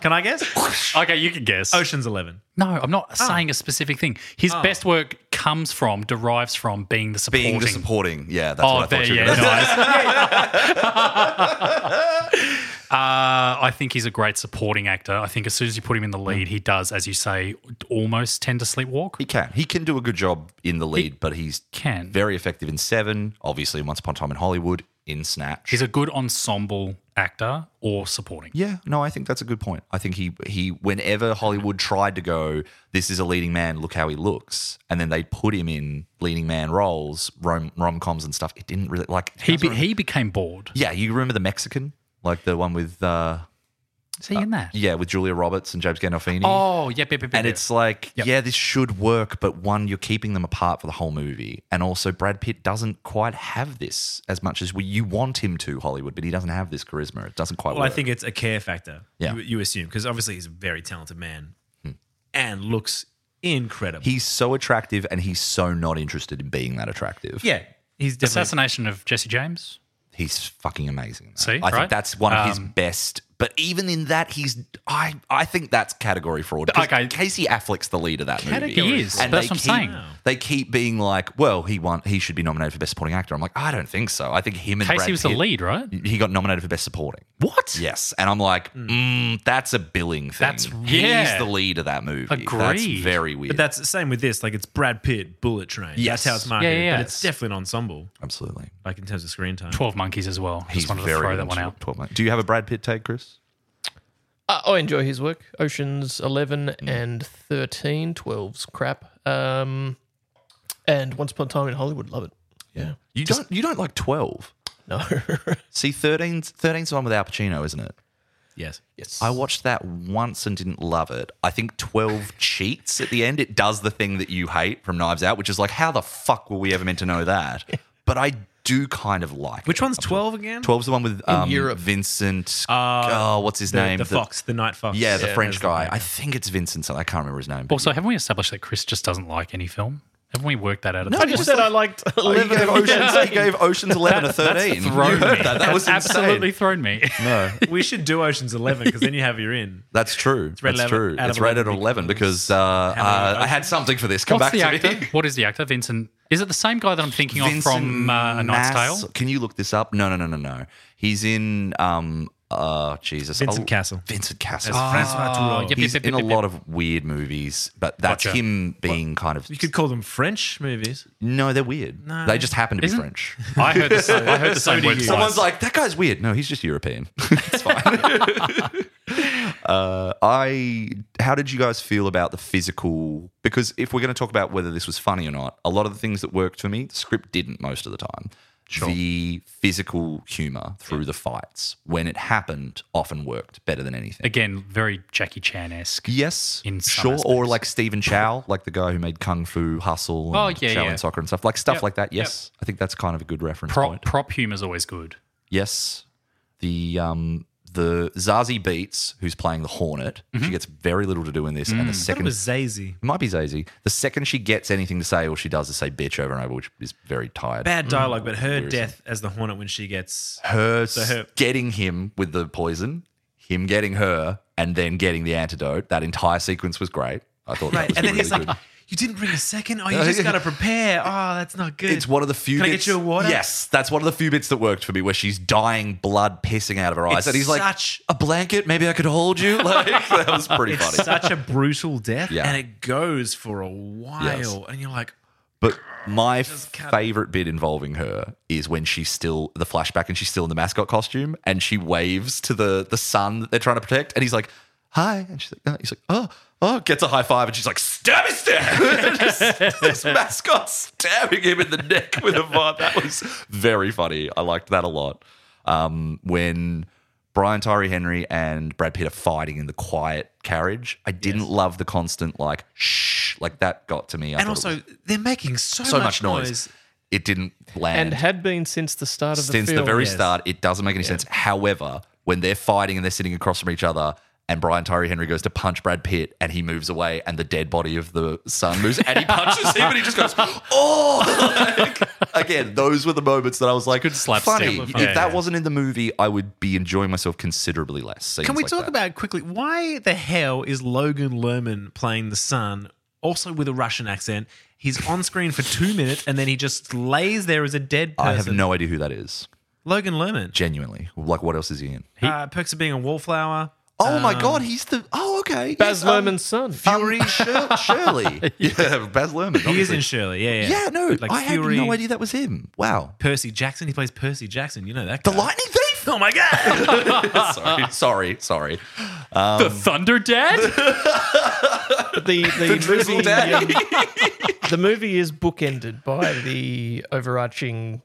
Speaker 1: Can I Oh, guess?
Speaker 3: okay, you can guess.
Speaker 1: Ocean's Eleven.
Speaker 3: No, I'm not saying a specific thing. His best work comes from, derives from being the supporting.
Speaker 2: being the supporting. Yeah, that's
Speaker 3: oh,
Speaker 2: what I
Speaker 3: there,
Speaker 2: thought you were
Speaker 3: yeah,
Speaker 2: going to
Speaker 3: nice. uh, I think he's a great supporting actor. I think as soon as you put him in the lead, he does, as you say, almost tend to sleepwalk.
Speaker 2: Hmm. He can. He can do a good job in the lead, but he's
Speaker 3: Can
Speaker 2: very effective in Seven, obviously in Once Upon a Time in Hollywood, in Snatch.
Speaker 3: he's a good ensemble actor or supporting?
Speaker 2: yeah, no, I think that's a good point. I think he he whenever Hollywood tried to go, this is a leading man, look how he looks, and then they put him in leading man roles, rom rom coms and stuff. It didn't really like
Speaker 3: He be, he became bored.
Speaker 2: Yeah, you remember the Mexican? Like the one with uh
Speaker 3: Is he in that?
Speaker 2: yeah, with Julia Roberts and James Gandolfini.
Speaker 3: Oh, yep, yep, yep.
Speaker 2: And
Speaker 3: yep.
Speaker 2: it's like, yeah, this should work, but one, you're keeping them apart for the whole movie. And also, Brad Pitt doesn't quite have this as much as we, you want him to, Hollywood, but he doesn't have this charisma. It doesn't quite
Speaker 1: Well,
Speaker 2: work.
Speaker 1: I think it's a care factor.
Speaker 2: Yeah. Hmm.
Speaker 1: You, you assume because obviously he's a very talented man, and looks incredible.
Speaker 2: he's so attractive and he's so not interested in being that attractive.
Speaker 1: yeah, he's definitely
Speaker 3: assassination of Jesse James.
Speaker 2: He's fucking amazing. in that.
Speaker 3: See,
Speaker 2: I think
Speaker 3: right? Um,
Speaker 2: that's one of his best. But even in that, he's I I think that's category fraud. 'Cause
Speaker 3: Okay.
Speaker 2: Casey Affleck's the lead of that movie.
Speaker 3: Category He is, fraud.
Speaker 2: they
Speaker 3: that's what I'm
Speaker 2: keep-
Speaker 3: saying. Wow.
Speaker 2: They keep being like, well, he won. He should be nominated for best supporting actor. I'm like, I don't think so. I think him and
Speaker 3: Casey
Speaker 2: Brad
Speaker 3: was the
Speaker 2: Pitt-
Speaker 3: lead, right?
Speaker 2: He got nominated for best supporting. What? Yes, and I'm like, mm, that's a billing thing.
Speaker 3: That's-
Speaker 2: he's
Speaker 3: yeah.
Speaker 2: the lead of that movie. That's
Speaker 3: Agreed.
Speaker 2: very weird.
Speaker 1: But that's the same with this. Like it's Brad Pitt, Bullet Train.
Speaker 2: Yes.
Speaker 1: That's how it's marketed.
Speaker 3: Yeah, yeah, yeah.
Speaker 1: But it's definitely an ensemble,
Speaker 2: absolutely.
Speaker 1: like in terms of screen time.
Speaker 3: Twelve Monkeys as well.
Speaker 2: He's
Speaker 3: Just wanted
Speaker 2: very
Speaker 3: to throw that
Speaker 2: into
Speaker 3: one
Speaker 2: it.
Speaker 3: out.
Speaker 2: Twelve Monkeys. Do you have a Brad Pitt take, Chris?
Speaker 4: Uh, I enjoy his work. Oceans 11
Speaker 2: Mm.
Speaker 4: and 13, 12's crap. Um, and Once Upon a Time in Hollywood, love it. Yeah.
Speaker 2: You don't. You don't like Twelve.
Speaker 4: No.
Speaker 2: See, 13's, 13's the one with Al Pacino, isn't it?
Speaker 1: Yes.
Speaker 4: yes.
Speaker 2: I watched that once and didn't love it. I think 12 cheats at the end. It does the thing that you hate from Knives Out, which is like, how the fuck were we ever meant to know that? But I do kind of like
Speaker 1: Which
Speaker 2: it.
Speaker 1: one's twelve again?
Speaker 2: 12's the one with um,
Speaker 4: Europe.
Speaker 2: Vincent.
Speaker 1: Uh,
Speaker 3: Ah,
Speaker 2: oh, what's his
Speaker 1: The,
Speaker 2: name?
Speaker 1: the fox, the night fox.
Speaker 2: Yeah, the French
Speaker 1: that's the
Speaker 2: guy.
Speaker 1: name.
Speaker 2: I think it's Vincent. something. I can't remember his name. but
Speaker 3: Also, haven't we established that Chris just doesn't like any film? Haven't we worked that out? At
Speaker 4: I just said I liked
Speaker 2: he, he
Speaker 4: 11
Speaker 2: Oh, gave
Speaker 4: and
Speaker 2: Oceans, he
Speaker 4: 13.
Speaker 2: gave Oceans 11 a 13.
Speaker 3: That's thrown
Speaker 2: You heard
Speaker 3: me.
Speaker 2: that. That was
Speaker 3: That's absolutely
Speaker 2: insane.
Speaker 3: thrown me.
Speaker 2: No.
Speaker 1: we should do Ocean's Eleven because then you have your in.
Speaker 2: That's true.
Speaker 1: rated
Speaker 2: That's
Speaker 1: 11
Speaker 2: true.
Speaker 1: out
Speaker 2: It's
Speaker 1: of
Speaker 2: rated
Speaker 1: 11
Speaker 2: eleven because uh, uh, I had something for this. Come
Speaker 3: What's the
Speaker 2: back to
Speaker 3: actor?
Speaker 2: me.
Speaker 3: What is the actor? Vincent. Is it the same guy that I'm thinking of from uh, A Knight's
Speaker 2: Mass-
Speaker 3: Tale?
Speaker 2: Can you look this up? No, no, no, no, no. He's in. Um, uh, Jesus.
Speaker 1: Vincent Castle.
Speaker 2: Vincent Castle.
Speaker 1: Francois Truffaut.
Speaker 3: yep, yep,
Speaker 2: He's
Speaker 3: yep,
Speaker 2: in a
Speaker 3: yep, yep.
Speaker 2: lot of weird movies, but that's
Speaker 3: Gotcha.
Speaker 2: him being kind of.
Speaker 1: You could call them French movies.
Speaker 2: no, they're weird.
Speaker 1: No.
Speaker 2: They just happen to
Speaker 3: Isn't-
Speaker 2: be French.
Speaker 3: I heard the same, I heard the
Speaker 1: So
Speaker 3: same
Speaker 1: do
Speaker 3: word
Speaker 1: you.
Speaker 2: Someone's like, that guy's weird. No, he's just European. it's fine. uh, I. How did you guys feel about the physical? Because if we're going to talk about whether this was funny or not, a lot of the things that worked for me, the script didn't most of the time. the physical humor through the fights when it happened often worked better than anything.
Speaker 3: Again, very Jackie Chan esque.
Speaker 2: Yes,
Speaker 3: in some
Speaker 2: sure. Or
Speaker 3: aspects.
Speaker 2: like Stephen Chow, like the guy who made Kung Fu Hustle and
Speaker 3: Oh, yeah,
Speaker 2: Shaolin
Speaker 3: yeah.
Speaker 2: Soccer and stuff, like stuff
Speaker 3: Yep,
Speaker 2: like that. Yes, I think that's kind of a good reference
Speaker 3: Prop,
Speaker 2: point.
Speaker 3: prop humor's always good.
Speaker 2: Yes, the um the Zazie Beats, who's playing the Hornet, she gets very little to do in this, and the
Speaker 1: Mm-hmm. Mm. That
Speaker 2: second.
Speaker 1: was Zazie.
Speaker 2: it might be Zazie. The second she gets anything to say, all she does is say bitch over and over, which is very tired.
Speaker 1: Bad dialogue, but her
Speaker 2: Wearisome.
Speaker 1: death as the Hornet when she gets
Speaker 2: her
Speaker 1: her-
Speaker 2: getting him with the poison, him getting her, and then getting the antidote. That entire sequence was great. I thought that
Speaker 1: Right.
Speaker 2: was
Speaker 1: And then
Speaker 2: really
Speaker 1: he's
Speaker 2: good.
Speaker 1: like, You didn't bring a second? Oh, you just got to prepare. Oh, that's not good.
Speaker 2: it's one of the few.
Speaker 1: Can I get
Speaker 2: bits,
Speaker 1: you a water?
Speaker 2: Yes, that's one of the few bits that worked for me, where she's dying, blood pissing out of her eyes,
Speaker 1: It's
Speaker 2: and he's like,
Speaker 1: such-
Speaker 2: "A blanket? Maybe I could hold you." Like that was pretty
Speaker 1: It's
Speaker 2: funny.
Speaker 1: such a brutal death,
Speaker 2: Yeah.
Speaker 1: and it goes for a while, and you're like,
Speaker 2: But my
Speaker 1: cut.
Speaker 2: favorite bit involving her is when she's still the flashback and she's still in the mascot costume and she waves to the the sun that they're trying to protect and he's like, "Hi," and she's like, "Uh," "He's like, oh, oh," gets a high five and she's like, "Stab his dad!" Just this mascot stabbing him in the neck with a vibe. That was very funny. I liked that a lot. Um, when Brian Tyree Henry and Brad Pitt are fighting in the quiet carriage, I didn't love the constant like shh, like that got to me. I
Speaker 1: and
Speaker 2: thought it was-
Speaker 1: also they're making so,
Speaker 2: so much noise. It didn't land
Speaker 4: and had been since the start of the
Speaker 2: since the,
Speaker 4: film.
Speaker 2: very
Speaker 1: yes.
Speaker 2: start. It doesn't make any sense. However, when they're fighting and they're sitting across from each other, and Brian Tyree Henry goes to punch Brad Pitt, and he moves away, and the dead body of the son moves, and he punches him, and he just goes, "Oh!" Like, again, those were the moments that I was like, "Good
Speaker 3: slapstick.
Speaker 2: funny."
Speaker 3: Yeah,
Speaker 2: if
Speaker 3: yeah.
Speaker 2: that wasn't in the movie, I would be enjoying myself considerably less. Scenes
Speaker 1: Can we
Speaker 2: like
Speaker 1: talk
Speaker 2: that.
Speaker 1: about quickly why the hell is Logan Lerman playing the son, also with a Russian accent? He's on screen for two minutes, and then he just lays there as a dead person.
Speaker 2: I have no idea who that is.
Speaker 1: Logan Lerman.
Speaker 2: Genuinely, like, what else is he in?
Speaker 1: uh, Perks of Being a Wallflower.
Speaker 2: Oh my god, he's the. Oh okay,
Speaker 4: Baz
Speaker 2: yes, um,
Speaker 4: Luhrmann's son.
Speaker 2: Fury Shir- Shirley. yeah, Baz Luhrmann.
Speaker 1: He is
Speaker 2: obviously.
Speaker 1: in Shirley. Yeah, yeah.
Speaker 2: Yeah, no,
Speaker 1: Like
Speaker 2: I
Speaker 1: Fury.
Speaker 2: had no idea that was him. Wow.
Speaker 1: Percy Jackson. He plays Percy Jackson. You know that.
Speaker 2: The
Speaker 1: guy.
Speaker 2: lightning thief?
Speaker 1: Oh my god!
Speaker 2: sorry, sorry, sorry.
Speaker 3: the Thunder Dad?
Speaker 4: But the, the, movie, um, the movie is bookended by the overarching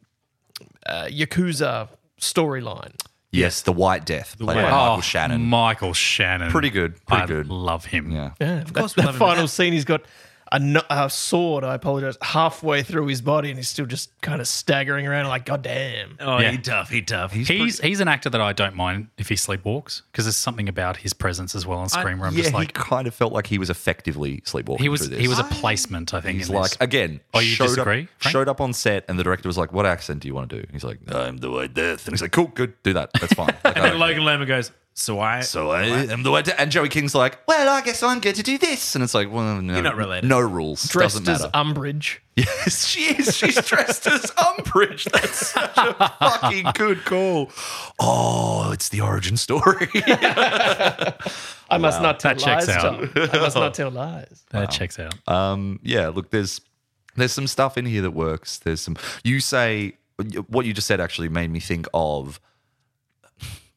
Speaker 4: uh, Yakuza storyline.
Speaker 2: Yes, the White Death, Oh, played by
Speaker 1: White-
Speaker 2: Michael Shannon.
Speaker 3: Oh, Michael Shannon.
Speaker 2: Pretty good, pretty
Speaker 3: I
Speaker 2: good.
Speaker 3: love him.
Speaker 2: yeah.
Speaker 4: Yeah, of
Speaker 1: course we
Speaker 4: That,
Speaker 1: love him
Speaker 4: that
Speaker 1: in
Speaker 4: final
Speaker 1: that.
Speaker 4: scene, he's got a, kn- a sword. I apologize. Halfway through his body, and he's still just kind of staggering around, like God damn.
Speaker 1: Oh,
Speaker 3: Yeah.
Speaker 1: he tough. He tough.
Speaker 3: He's he's an actor that I don't mind if he sleepwalks because there's something about his presence as well on screen where I'm
Speaker 2: Yeah,
Speaker 3: just like
Speaker 2: he kind of felt like he was effectively sleepwalking
Speaker 3: he was
Speaker 2: through this.
Speaker 3: he was a placement I think.
Speaker 2: He's
Speaker 3: in
Speaker 2: like
Speaker 3: this.
Speaker 2: again.
Speaker 3: Oh, you
Speaker 2: showed
Speaker 3: disagree,
Speaker 2: Up,
Speaker 3: Frank?
Speaker 2: showed up on set, and the director was like, "What accent do you want to do?" And he's like, "I'm the White Death," and he's like, "Cool, good, do that. That's fine." Like, I
Speaker 1: and then
Speaker 2: don't
Speaker 1: Logan Lerman goes. So I.
Speaker 2: So I am the way to, and Joey King's like, well, I guess I'm going to do this, and it's like, well, no,
Speaker 1: You're not related.
Speaker 2: No rules.
Speaker 4: Dressed
Speaker 2: Doesn't
Speaker 4: as
Speaker 2: matter. Oh,
Speaker 4: Umbridge.
Speaker 2: yes, she is. She's dressed as Umbridge. That's such a fucking good call. Oh, it's the origin story.
Speaker 4: I must not tell
Speaker 3: That
Speaker 4: lies.
Speaker 3: checks out.
Speaker 4: Tom. I must not tell lies.
Speaker 3: that checks out.
Speaker 2: um, yeah, look, there's there's some stuff in here that works. There's some. You say what you just said actually made me think of.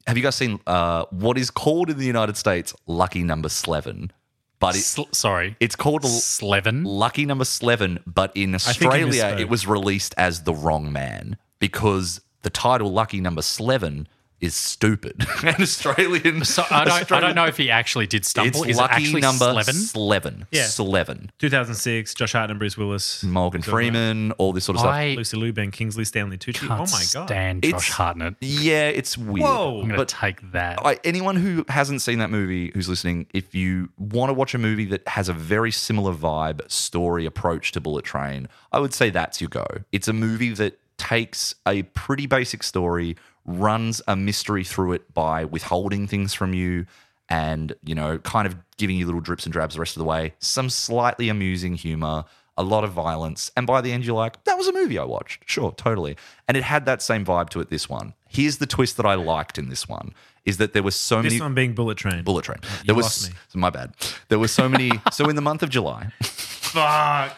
Speaker 2: Have you guys seen uh, what is called in the United States "Lucky Number Slevin"? But it,
Speaker 3: Sl- sorry,
Speaker 2: it's called a,
Speaker 3: Slevin.
Speaker 2: Lucky number 11, but
Speaker 1: think
Speaker 2: in
Speaker 1: I
Speaker 2: Australia,
Speaker 1: misspoke.
Speaker 2: it was released as The Wrong Man because the title Lucky number 11 is stupid. and Australian.
Speaker 3: So I don't, I don't know if he actually did
Speaker 2: It's
Speaker 3: stumble. Is it
Speaker 2: lucky
Speaker 3: actually
Speaker 2: number
Speaker 3: Slevin?
Speaker 2: 11.
Speaker 1: Yeah.
Speaker 2: 11.
Speaker 1: 2006. Josh Hart and Bruce Willis.
Speaker 2: Morgan Freeman, all this sort of stuff.
Speaker 3: I
Speaker 1: Lucy Liu, Ben Kingsley, Stanley Tucci.
Speaker 3: can't
Speaker 1: Oh my god!
Speaker 3: stand
Speaker 2: It's-
Speaker 3: Josh Hartnett.
Speaker 2: yeah, it's weird.
Speaker 1: Whoa.
Speaker 3: I'm going to
Speaker 2: But
Speaker 3: take that.
Speaker 2: I, anyone who hasn't seen that movie who's listening, if you want to watch a movie that has a very similar vibe, story, approach to Bullet Train, I would say that's your go. It's a movie that takes a pretty basic story, runs a mystery through it by withholding things from you and, you know, kind of giving you little drips and drabs the rest of the way, some slightly amusing humor. A lot of violence, and by the end, you're like, that was a movie I watched. Sure, totally. And it had that same vibe to it, this one. Here's the twist that I liked in this one is that there were so many
Speaker 1: This one being Bullet Train.
Speaker 2: bullet train. There was
Speaker 1: lost me.
Speaker 2: my bad. There were so many. so in the month of July,
Speaker 1: Fuck.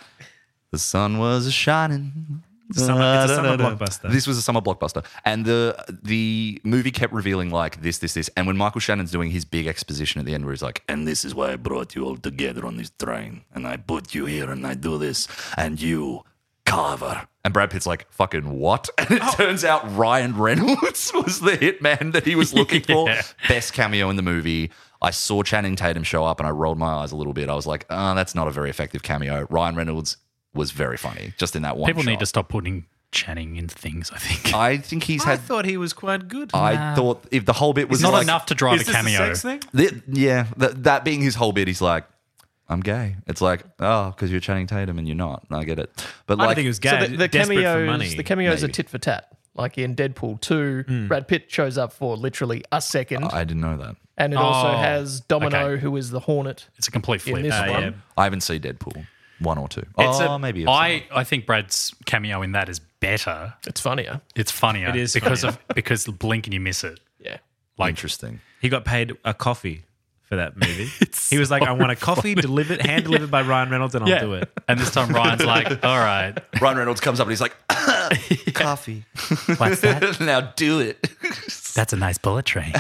Speaker 2: the sun was shining.
Speaker 1: summer- it's a summer
Speaker 2: Da-da-da-da.
Speaker 1: blockbuster.
Speaker 2: This was a summer blockbuster, and the the movie kept revealing like this, this, this, and when Michael Shannon's doing his big exposition at the end, where he's like, "And this is why I brought you all together on this train, and I put you here, and I do this, and you cover And Brad Pitt's like, fucking what? And
Speaker 1: Oh.
Speaker 2: it turns out Ryan Reynolds was the hitman that he was looking
Speaker 3: Yeah.
Speaker 2: for. Best cameo in the movie. I saw Channing Tatum show up and I rolled my eyes a little bit. I was like, oh, that's not a very effective cameo. Ryan Reynolds was very funny just in that one.
Speaker 3: People need
Speaker 2: shot. Uh,
Speaker 3: to stop putting Channing in things. I think
Speaker 2: I think he's
Speaker 1: I
Speaker 2: had.
Speaker 1: thought he was quite good.
Speaker 2: I thought if the whole bit was
Speaker 3: it's not
Speaker 2: like-
Speaker 3: enough to drive
Speaker 1: Is
Speaker 3: a
Speaker 1: this the
Speaker 3: cameo.
Speaker 1: sex thing?
Speaker 2: Th- yeah, that, that being his whole bit, he's like, I'm gay. It's like, oh, because you're Channing Tatum and you're not. I get it. But
Speaker 1: I
Speaker 2: like,
Speaker 1: don't think it was gay.
Speaker 4: So the, the
Speaker 1: desperate
Speaker 4: cameos,
Speaker 1: for money.
Speaker 4: the cameos
Speaker 2: maybe.
Speaker 4: are tit for tat. Like in Deadpool 2, Brad Pitt shows up for literally a second,
Speaker 2: I didn't know that.
Speaker 4: and it also
Speaker 3: Oh,
Speaker 4: has Domino,
Speaker 3: okay.
Speaker 4: who is the Hornet.
Speaker 3: It's a complete flip.
Speaker 4: In this
Speaker 1: Uh,
Speaker 4: one,
Speaker 1: yeah.
Speaker 2: I haven't seen Deadpool one or two.
Speaker 3: It's
Speaker 2: oh,
Speaker 3: a-
Speaker 2: maybe. I've seen it.
Speaker 3: I, I think Brad's cameo in that is better.
Speaker 4: it's funnier.
Speaker 3: It's funnier.
Speaker 1: It is
Speaker 3: because
Speaker 1: funnier.
Speaker 3: of because blink and you miss it.
Speaker 4: Yeah,
Speaker 2: interesting.
Speaker 1: He got paid a coffee for that movie. he was like, I want a coffee delivered, hand delivered by Ryan Reynolds, and I'll do it.
Speaker 3: And this time Ryan's like, all right,
Speaker 2: Ryan Reynolds comes up and he's like, coffee.
Speaker 3: what's that?
Speaker 2: now do it.
Speaker 3: That's a nice bullet train.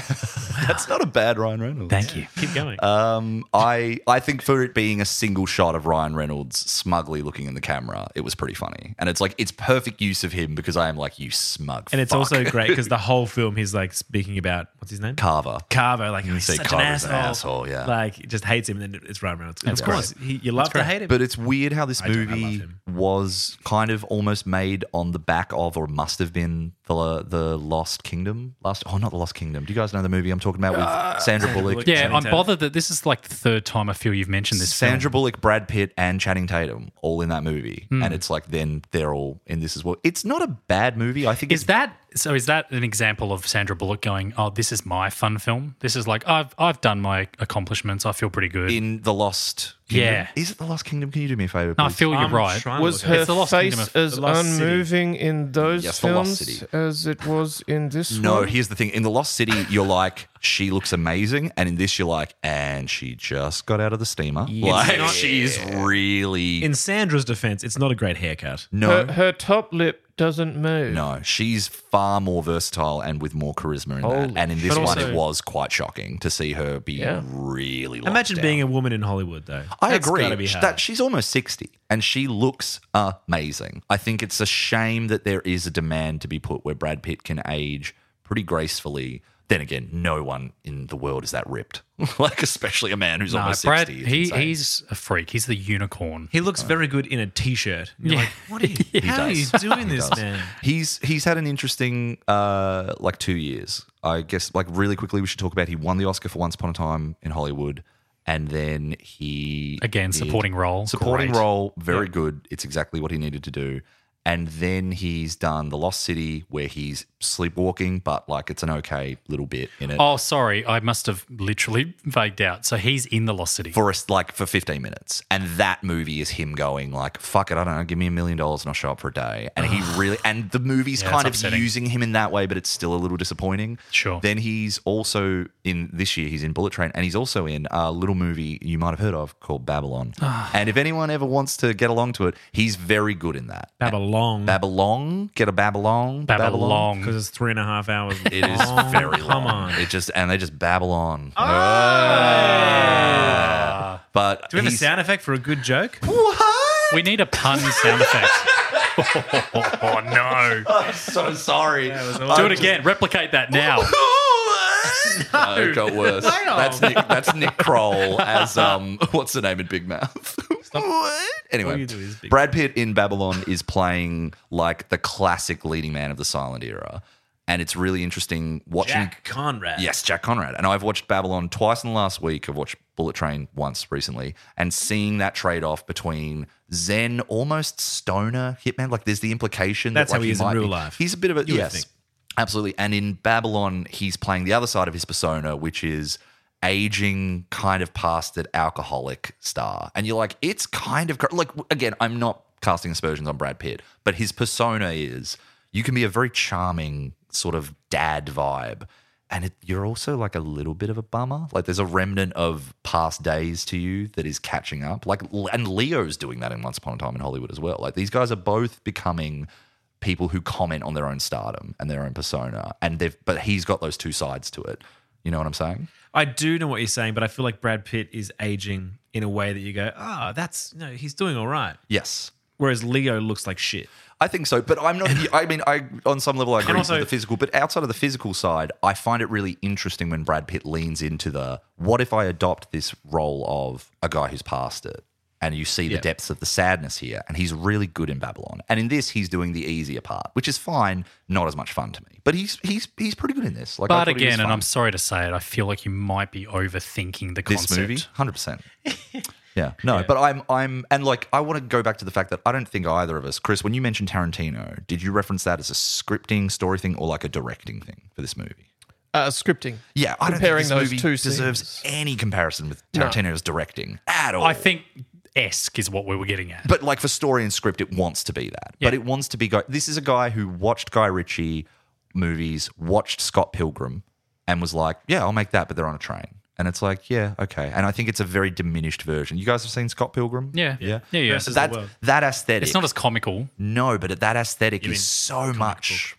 Speaker 2: That's not a bad Ryan Reynolds.
Speaker 3: Thank you.
Speaker 1: Keep going.
Speaker 2: Um, I I think for it being a single shot of Ryan Reynolds smugly looking in the camera, it was pretty funny, and it's like it's perfect use of him because I am like you smug.
Speaker 1: and it's
Speaker 2: fuck."
Speaker 1: also great because the whole film he's like speaking about what's his name?
Speaker 2: Carver.
Speaker 1: Carver, like he's
Speaker 2: say
Speaker 1: such an
Speaker 2: Carver's an
Speaker 1: asshole.
Speaker 2: asshole, yeah.
Speaker 1: like he just hates him, and then it's Ryan Reynolds. And of
Speaker 2: great.
Speaker 1: course, he, you love to hate him.
Speaker 2: But it's weird how this
Speaker 1: don't- I love
Speaker 2: movie
Speaker 1: him.
Speaker 2: was kind of almost made on the back of, or must have been the the Lost Kingdom. Last, oh, not the Lost Kingdom. Do you guys know the movie I'm talking about with Sandra Bullock?
Speaker 1: Ah, Bullock.
Speaker 3: Yeah,
Speaker 1: Channing
Speaker 3: I'm
Speaker 1: Tatum.
Speaker 3: bothered that this is like the third time I feel you've mentioned this. film.
Speaker 2: Sandra Bullock, Brad Pitt, and Channing Tatum all in that movie,
Speaker 1: Hmm.
Speaker 2: and it's like then they're all in this as well. It's not a bad movie. I think
Speaker 3: Is
Speaker 2: it's
Speaker 3: that so? Is that an example of Sandra Bullock going, "Oh, this is my fun film. This is like I've I've done my accomplishments. I feel pretty good."
Speaker 2: in the Lost. Kingdom.
Speaker 3: Yeah.
Speaker 2: is it the Lost Kingdom? Can you do me a favor?
Speaker 3: no, I
Speaker 2: please?
Speaker 3: feel you're
Speaker 1: I'm
Speaker 3: right.
Speaker 1: trying to
Speaker 4: was
Speaker 1: look at
Speaker 4: her
Speaker 1: it.
Speaker 3: the Lost
Speaker 4: face
Speaker 3: Kingdom of-
Speaker 4: as
Speaker 1: the Lost City.
Speaker 4: unmoving in those
Speaker 2: Yes, the Lost
Speaker 4: films
Speaker 2: City.
Speaker 4: as it was in this
Speaker 2: No,
Speaker 4: one?
Speaker 2: here's the thing. In The Lost City, you're like, she looks amazing. And in this, you're like, and she just got out of the steamer. Like, she's really.
Speaker 1: in Sandra's defense, it's not a great haircut.
Speaker 2: no,
Speaker 4: her, her top lip doesn't move.
Speaker 2: no. She's far more versatile and with more charisma in that.
Speaker 4: Holy
Speaker 2: And in this
Speaker 1: But
Speaker 2: one,
Speaker 1: also-
Speaker 2: it was quite shocking to see her be
Speaker 4: Yeah.
Speaker 2: really locked
Speaker 1: Imagine
Speaker 2: down.
Speaker 1: being a woman in Hollywood, though.
Speaker 2: I
Speaker 1: That's
Speaker 2: agree
Speaker 1: gotta be hard.
Speaker 2: that she's almost 60 and she looks amazing. I think it's a shame that there is a demand to be put where Brad Pitt can age pretty gracefully. Then again, no one in the world is that ripped. like especially a man who's
Speaker 3: No,
Speaker 2: almost
Speaker 3: Brad,
Speaker 2: 60. It's
Speaker 3: he,
Speaker 2: insane.
Speaker 3: he's a freak. He's the unicorn.
Speaker 1: he looks very good in a t-shirt. And You're
Speaker 3: Yeah.
Speaker 1: like, what are you?
Speaker 2: He
Speaker 1: how are you
Speaker 2: does.
Speaker 1: doing
Speaker 2: He
Speaker 1: this,
Speaker 2: does.
Speaker 1: man?
Speaker 2: He's he's had an interesting uh, like two years. I guess like really quickly we should talk about he won the Oscar for Once Upon a Time in Hollywood, and then he
Speaker 3: Again,
Speaker 2: did-
Speaker 3: supporting role.
Speaker 2: supporting
Speaker 3: Great.
Speaker 2: role, very good. It's exactly what he needed to do. And then he's done The Lost City, where he's sleepwalking, but like it's an okay little bit in it
Speaker 3: Oh, sorry, I must have literally vagued out. So he's in the Lost City.
Speaker 2: for us like for 15 minutes. And that movie is him going like, "Fuck it, I don't know, give me a million dollars and I'll show up for a day." And he really and the movie's
Speaker 3: Yeah,
Speaker 2: kind of
Speaker 3: it's upsetting.
Speaker 2: using him in that way, but it's still a little disappointing.
Speaker 3: Sure.
Speaker 2: Then he's also in this year. He's in Bullet Train, and he's also in a little movie you might have heard of called Babylon. and if anyone ever wants to get along to it, he's very good in that.
Speaker 1: Babylon.
Speaker 2: Babylon. Get a Babylon.
Speaker 3: Babylon.
Speaker 1: because it's three and a half hours.
Speaker 2: It is
Speaker 1: long.
Speaker 2: very long.
Speaker 1: Oh, Come on.
Speaker 2: It just and they just babble on. Ah. But
Speaker 1: Do we have a
Speaker 2: he's-
Speaker 1: sound effect for a good joke?
Speaker 3: We need a pun sound effect. oh, no.
Speaker 2: I'm so sorry.
Speaker 3: Do it again. Replicate that now.
Speaker 2: no, it got worse. That's Nick, that's Nick Kroll as um, what's the name in Big Mouth? What?
Speaker 1: All
Speaker 2: Anyway,
Speaker 1: you do is Big
Speaker 2: Brad Pitt in Babylon is playing like the classic leading man of the silent era, and it's really interesting watching
Speaker 1: Jack Conrad.
Speaker 2: Yes, Jack Conrad. And I've watched Babylon twice in the last week. I've watched Bullet Train once recently and seeing that trade off between Zen, almost stoner hitman. Like there's the implication
Speaker 1: That's
Speaker 2: that like,
Speaker 1: how he is in
Speaker 2: might
Speaker 1: real
Speaker 2: be-
Speaker 1: life.
Speaker 2: He's a bit of a
Speaker 1: You would
Speaker 2: yes,
Speaker 1: think.
Speaker 2: absolutely. And in Babylon, he's playing the other side of his persona, which is aging, kind of past that alcoholic star. And you're like, it's kind of cor- like again, I'm not casting aspersions on Brad Pitt, but his persona is you can be a very charming sort of dad vibe. And it, you're also like a little bit of a bummer. Like there's a remnant of past days to you that is catching up. Like, and Leo's doing that in Once Upon a Time in Hollywood as well. Like these guys are both becoming people who comment on their own stardom and their own persona and they've but he's got those two sides to it you know what i'm saying
Speaker 1: I do know what you're saying, but I feel like Brad Pitt is aging "Ah, in a way that you go, oh, that's no, he's doing all right.
Speaker 2: yes
Speaker 1: Whereas Leo looks like shit.
Speaker 2: I think so, but I'm not. I mean, I on some level I agree
Speaker 1: also-
Speaker 2: with the physical, but outside of the physical side, I find it really interesting when Brad Pitt leans into the what if I adopt this role of a guy who's past it, and you see the depths of the sadness here, and he's really good in Babylon, and in this he's doing the easier part, which is fine, not as much fun to me, but he's he's he's pretty good in this. Like, I
Speaker 3: But
Speaker 2: thought he was
Speaker 3: again, and
Speaker 2: fun.
Speaker 3: I'm sorry to say it, I feel like you might be overthinking the
Speaker 2: this
Speaker 3: concept.
Speaker 2: movie, hundred percent. Yeah, no, but I'm, I'm, and like, I want to go back to the fact that I don't think either of us, Chris, when you mentioned Tarantino, did you reference that as a scripting story thing or like a directing thing for this movie?
Speaker 4: Uh, scripting.
Speaker 2: Yeah, I
Speaker 4: Comparing
Speaker 2: don't
Speaker 4: those
Speaker 2: think this
Speaker 4: two
Speaker 2: movie deserves
Speaker 4: scenes.
Speaker 2: any comparison with Tarantino's directing at all.
Speaker 3: I think esque is what we were getting at.
Speaker 2: But like for story and script, it wants to be that. But it wants to be. Guy- this is a guy who watched Guy Ritchie movies, watched Scott Pilgrim, and was like, "Yeah, I'll make that." But they're on a train, and it's like, "Yeah, okay." And I think it's a very diminished version. You guys have seen Scott Pilgrim?
Speaker 3: yeah.
Speaker 2: yeah,
Speaker 3: Yeah. yeah.
Speaker 1: Versus-
Speaker 2: That
Speaker 1: the world.
Speaker 2: that aesthetic.
Speaker 3: it's not as comical.
Speaker 2: no, but that aesthetic
Speaker 1: mean
Speaker 2: is so much.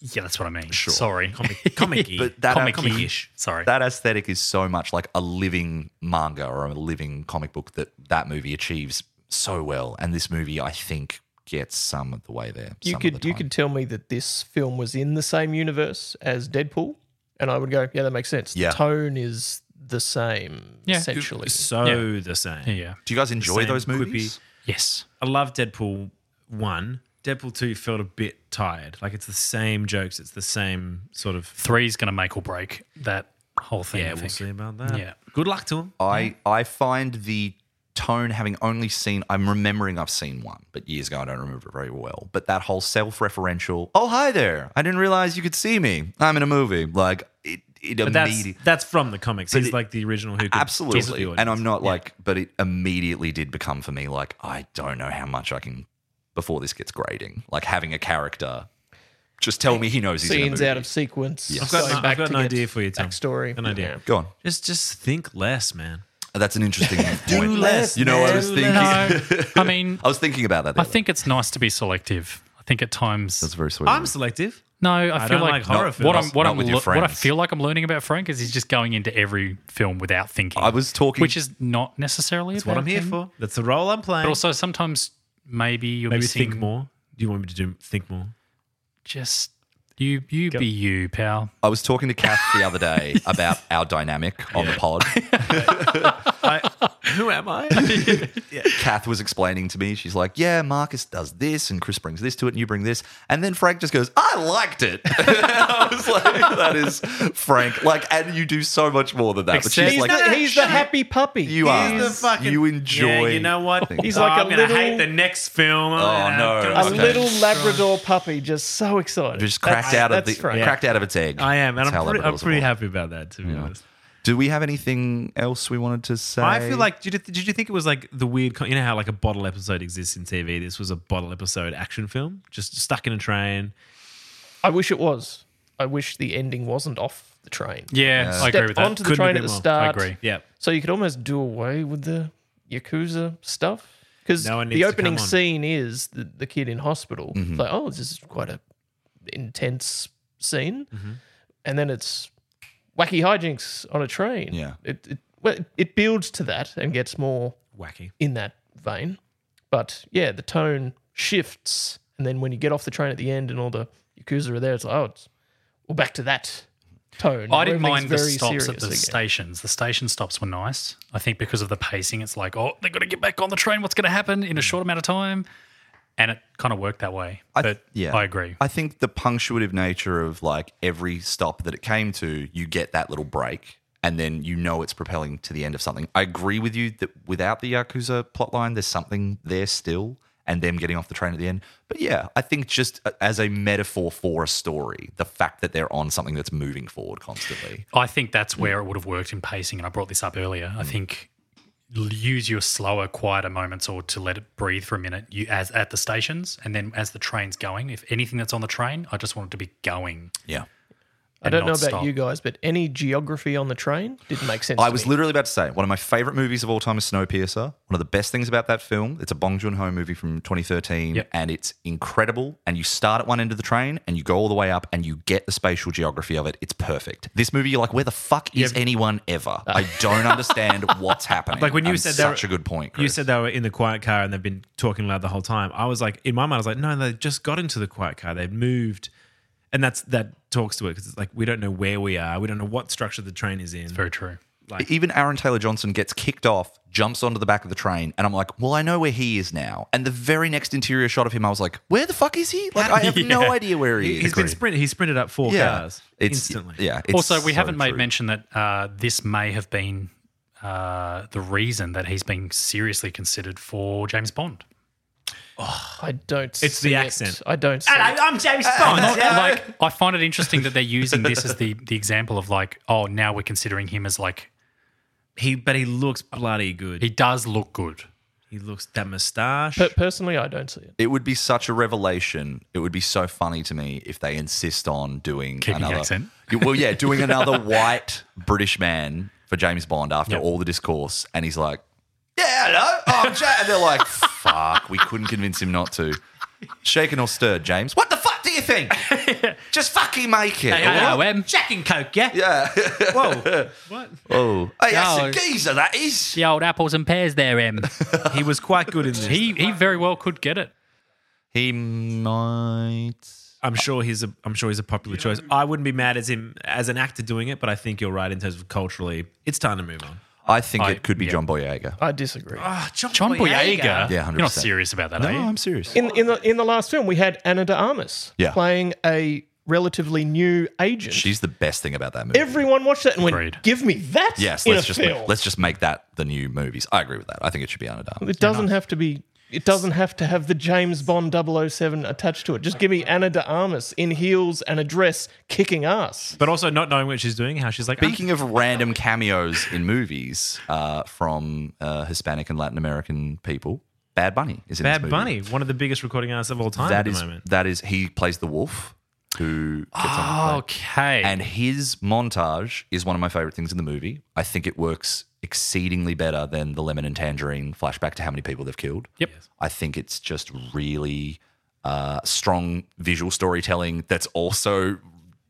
Speaker 3: Yeah, that's what I mean. Sorry.
Speaker 1: Comic, comic-y.
Speaker 2: But that-
Speaker 1: comic-ish.
Speaker 3: Sorry.
Speaker 2: That aesthetic is so much like a living manga or a living comic book that that movie achieves so well, and this movie, I think, gets some of the way there.
Speaker 4: You
Speaker 2: some of the
Speaker 4: could you
Speaker 2: time.
Speaker 4: could tell me that this film was in the same universe as Deadpool, and I would go, yeah, that makes sense.
Speaker 2: Yeah.
Speaker 4: The tone is the same, essentially.
Speaker 1: so the same.
Speaker 3: yeah, yeah.
Speaker 2: Do you guys enjoy
Speaker 1: same
Speaker 2: those
Speaker 1: quippy-
Speaker 2: movies?
Speaker 3: Yes.
Speaker 1: I love Deadpool one. Deadpool two felt a bit tired. Like it's the same jokes. It's the same sort of.
Speaker 3: Three's going to make or break that whole thing. I
Speaker 1: Yeah, we'll
Speaker 3: think.
Speaker 1: see about that.
Speaker 3: Yeah.
Speaker 1: Good luck to him.
Speaker 2: I I find the tone having only seen I'm remembering I've seen one, but years ago I don't remember it very well. But that whole self-referential, oh hi there. I didn't realize you could see me. I'm in a movie. Like it it
Speaker 1: But that's
Speaker 2: immediately
Speaker 1: that's from the comics. He's
Speaker 2: it-
Speaker 1: like the original who could talk to the
Speaker 2: Absolutely.
Speaker 1: audience.
Speaker 2: And I'm not like, but it immediately did become for me like, I don't know how much I can before this gets grading. Like having a character just tell me he knows he's in a
Speaker 4: Scenes
Speaker 2: movie.
Speaker 4: out of sequence.
Speaker 1: I've
Speaker 2: Yes.
Speaker 1: got,
Speaker 4: going
Speaker 1: an, I've
Speaker 4: back
Speaker 1: got
Speaker 4: to
Speaker 1: an
Speaker 4: get
Speaker 1: idea for you, Tom.
Speaker 4: Backstory.
Speaker 1: An idea.
Speaker 2: Go on.
Speaker 1: Just just think less, man.
Speaker 2: That's an interesting point.
Speaker 1: less,
Speaker 2: You know, I
Speaker 1: man.
Speaker 2: was
Speaker 1: Do
Speaker 2: thinking.
Speaker 3: No, I mean,
Speaker 2: I was thinking about that. the
Speaker 3: I
Speaker 2: other
Speaker 3: think it's nice to be selective. I think at times
Speaker 2: That's very sweet.
Speaker 1: I'm selective.
Speaker 3: No, I, feel
Speaker 1: don't
Speaker 3: like,
Speaker 1: like horror
Speaker 3: what I'm
Speaker 1: films.
Speaker 3: what
Speaker 2: Not
Speaker 3: I'm
Speaker 2: with your
Speaker 3: lo- what I
Speaker 2: friends.
Speaker 3: feel like I'm learning about Frank is he's just going into every film without thinking.
Speaker 2: I was talking.
Speaker 3: which is not necessarily
Speaker 1: That's what I'm here for. That's the role I'm playing.
Speaker 3: But also sometimes maybe you're
Speaker 1: maybe
Speaker 3: missing
Speaker 1: think more. Do you want me to do think more?
Speaker 3: Just you, you be you, pal.
Speaker 2: I was talking to Kath the other day about our dynamic on the pod.
Speaker 1: Who am I?
Speaker 2: Kath was explaining to me, she's like, "Yeah, Marcus does this, and Chris brings this to it, and you bring this," and then Frank just goes, "I liked it." I was like, "That is Frank." Like, and you do so much more than that. But she's
Speaker 3: Except-
Speaker 4: He's,
Speaker 2: like,
Speaker 4: the, he's the happy puppy.
Speaker 2: "You are.
Speaker 1: He's the fucking.
Speaker 2: you enjoy.
Speaker 1: Yeah, you know what?
Speaker 4: He's
Speaker 1: Oh,
Speaker 4: like a
Speaker 1: I'm gonna
Speaker 4: little-
Speaker 1: hate the next film. Oh,
Speaker 2: no.
Speaker 4: a
Speaker 2: Okay.
Speaker 4: little Labrador puppy, just so excited.
Speaker 2: just cracked out of
Speaker 4: that's
Speaker 2: the
Speaker 4: Frank.
Speaker 2: cracked out of its egg."
Speaker 1: I am, and
Speaker 2: That's how
Speaker 1: I'm, pretty, I'm
Speaker 2: Labradors are
Speaker 1: pretty
Speaker 2: born.
Speaker 1: happy about that. To be honest,
Speaker 2: Do we have anything else we wanted to say?
Speaker 1: I feel like did you, did you think it was like the weird? co- You know how like a bottle episode exists in TV. This was a bottle episode action film, just stuck in a train.
Speaker 4: I wish it was. I wish the ending wasn't off the train.
Speaker 3: Yeah, I agree
Speaker 4: Step
Speaker 3: with that.
Speaker 4: onto the
Speaker 1: Couldn't
Speaker 4: train
Speaker 1: agree
Speaker 4: at the
Speaker 1: more. I
Speaker 4: start.
Speaker 3: agree.
Speaker 1: Yeah,
Speaker 4: So you could almost do away with the Yakuza stuff. Because
Speaker 1: No one needs
Speaker 4: the
Speaker 1: to
Speaker 4: opening
Speaker 1: come on.
Speaker 4: scene is the, the kid in hospital. It's like, oh, this is quite a intense scene. And then it's wacky hijinks on a train.
Speaker 2: Yeah.
Speaker 4: It, it, well, it builds to that and gets more
Speaker 1: wacky.
Speaker 4: in that vein. But yeah, the tone shifts. And then when you get off the train at the end and all the Yakuza are there, it's like, oh, it's, well, back to that tone.
Speaker 3: I didn't
Speaker 4: Everything's
Speaker 3: mind the
Speaker 4: very
Speaker 3: stops at
Speaker 4: serious
Speaker 3: the
Speaker 4: again.
Speaker 3: stations. The station stops were nice. I think because of the pacing, it's like, oh, they've got to get back on the train. What's going to happen in a
Speaker 4: Mm.
Speaker 3: short amount of time? And it kind of worked that way.
Speaker 2: I th-
Speaker 3: but
Speaker 2: yeah.
Speaker 3: I agree.
Speaker 2: I think the punctuative nature of like every stop that it came to, you get that little break and then you know it's propelling to the end of something. I agree with you that without the Yakuza plotline, there's something there still and them getting off the train at the end. But yeah, I think just a- as a metaphor for a story, the fact that they're on something that's moving forward constantly.
Speaker 3: I think that's where it would have worked in pacing, and I brought this up earlier.
Speaker 4: Mm.
Speaker 3: I think l- use your slower, quieter moments, or to let it breathe for a minute. You as at the stations, and then as the train's going. If anything that's on the train, I just want it to be going.
Speaker 2: Yeah.
Speaker 4: I don't
Speaker 3: not
Speaker 4: know about
Speaker 3: stop.
Speaker 4: you guys, but any geography on the train didn't make sense.
Speaker 2: I
Speaker 4: to
Speaker 2: was
Speaker 4: me.
Speaker 2: literally about to say one of my favorite movies of all time is Snowpiercer. One of the best things about that film, it's a Bong Joon Ho movie from 2013,
Speaker 3: Yep.
Speaker 2: and it's incredible. And you start at one end of the train, and you go all the way up, and you get the spatial geography of it. It's perfect. This movie, you're like, where the fuck is anyone ever? I don't understand what's happening.
Speaker 1: Uh. Like when you
Speaker 2: And
Speaker 1: said they
Speaker 2: such
Speaker 1: were-
Speaker 2: a good point.
Speaker 1: You
Speaker 2: Chris.
Speaker 1: said they were in the quiet car and they've been talking loud the whole time. I was like, in my mind, I was like, no, they just got into the quiet car. They've moved, and that's that talks to it because it's like we don't know where we are. We don't know what structure the train is in.
Speaker 3: Very true.
Speaker 2: Even Aaron Taylor Johnson gets kicked off, jumps onto the back of the train, and I'm like, well, I know where he is now. And the very next interior shot of him, I was like, where the fuck is he? Like, I have no idea where he
Speaker 1: He-
Speaker 2: is.
Speaker 1: He's been sprinted. He sprinted up four
Speaker 2: yeah.
Speaker 1: cars
Speaker 2: It's,
Speaker 1: instantly.
Speaker 2: Yeah. it's
Speaker 3: also, we
Speaker 2: so
Speaker 3: haven't made
Speaker 2: true.
Speaker 3: mention that uh, this may have been uh, the reason that he's being seriously considered for James Bond.
Speaker 4: I don't.
Speaker 1: It's the
Speaker 4: see it.
Speaker 1: accent.
Speaker 4: I don't. See it.
Speaker 1: I'm James Bond.
Speaker 3: Not- like I find it interesting that they're using this as the the example of like, oh, now we're considering him as like
Speaker 1: he, but he looks bloody good.
Speaker 3: he
Speaker 1: He,
Speaker 3: does look good.
Speaker 1: looks that moustache.
Speaker 4: Per- personally, I don't see it.
Speaker 2: It would be such a revelation. It would be so funny to me if they insist on doing
Speaker 3: Keeping the
Speaker 2: another.
Speaker 3: accent.
Speaker 2: Yeah, Well, yeah, doing another white British man for James Bond after all the discourse, and he's like, "Yeah, hello, I'm James." And they're like, "Fuck, we couldn't convince him not to." Shaken or stirred, James? What the fuck do you think? Just fucking make it.
Speaker 3: Yeah,
Speaker 2: all right?
Speaker 3: um,
Speaker 1: Jack and Coke, yeah.
Speaker 2: yeah.
Speaker 1: Whoa, what?
Speaker 2: oh, hey, that's
Speaker 3: No.
Speaker 2: a geezer. That is.
Speaker 3: the old apples and pears there, Em.
Speaker 1: He was quite good in this.
Speaker 3: he he very well could get it.
Speaker 2: He might.
Speaker 1: I'm sure he's a. I'm sure he's a popular choice. I wouldn't be mad as him as an actor doing it, but I think you're right in terms of culturally, it's time to move on.
Speaker 2: I think
Speaker 3: I-
Speaker 2: it could be
Speaker 3: yeah.
Speaker 2: John Boyega.
Speaker 4: I disagree.
Speaker 1: Oh,
Speaker 3: John
Speaker 2: Yeah,
Speaker 3: Boyega. You're not
Speaker 2: 100%.
Speaker 3: Oh, serious about that,
Speaker 2: No,
Speaker 3: are you?
Speaker 2: I'm serious.
Speaker 4: In in the in the last film, we had Anna de Armas
Speaker 2: Yeah.
Speaker 4: playing a relatively new agent.
Speaker 2: She's the best thing about that movie.
Speaker 4: Everyone watched that and went,
Speaker 3: Agreed.
Speaker 4: "Give me that
Speaker 2: Yes,
Speaker 4: in
Speaker 2: let's
Speaker 4: a
Speaker 2: just
Speaker 4: film."
Speaker 2: let's just make that the new movies. I agree with that. I think it should be Anadama.
Speaker 4: it doesn't have to be. It doesn't have to have the James Bond 007 attached to it. Just give me Anna de Armas in heels and a dress, kicking ass.
Speaker 1: But also not knowing what she's doing, how she's like. "Ah, I'm-
Speaker 2: Speaking of random cameos in movies uh, from uh, Hispanic and Latin American people, Bad Bunny is in this
Speaker 1: Bad
Speaker 2: movie.
Speaker 1: Bunny, one of the biggest recording artists of all time at
Speaker 2: That
Speaker 1: the
Speaker 2: is
Speaker 1: moment.
Speaker 2: that is he plays the wolf who gets on the plane.
Speaker 3: Okay.
Speaker 2: and his montage is one of my favorite things in the movie. I think it works exceedingly better than the lemon and tangerine flashback to how many people they've killed.
Speaker 3: Yep.
Speaker 2: I think it's just really uh, strong visual storytelling that's also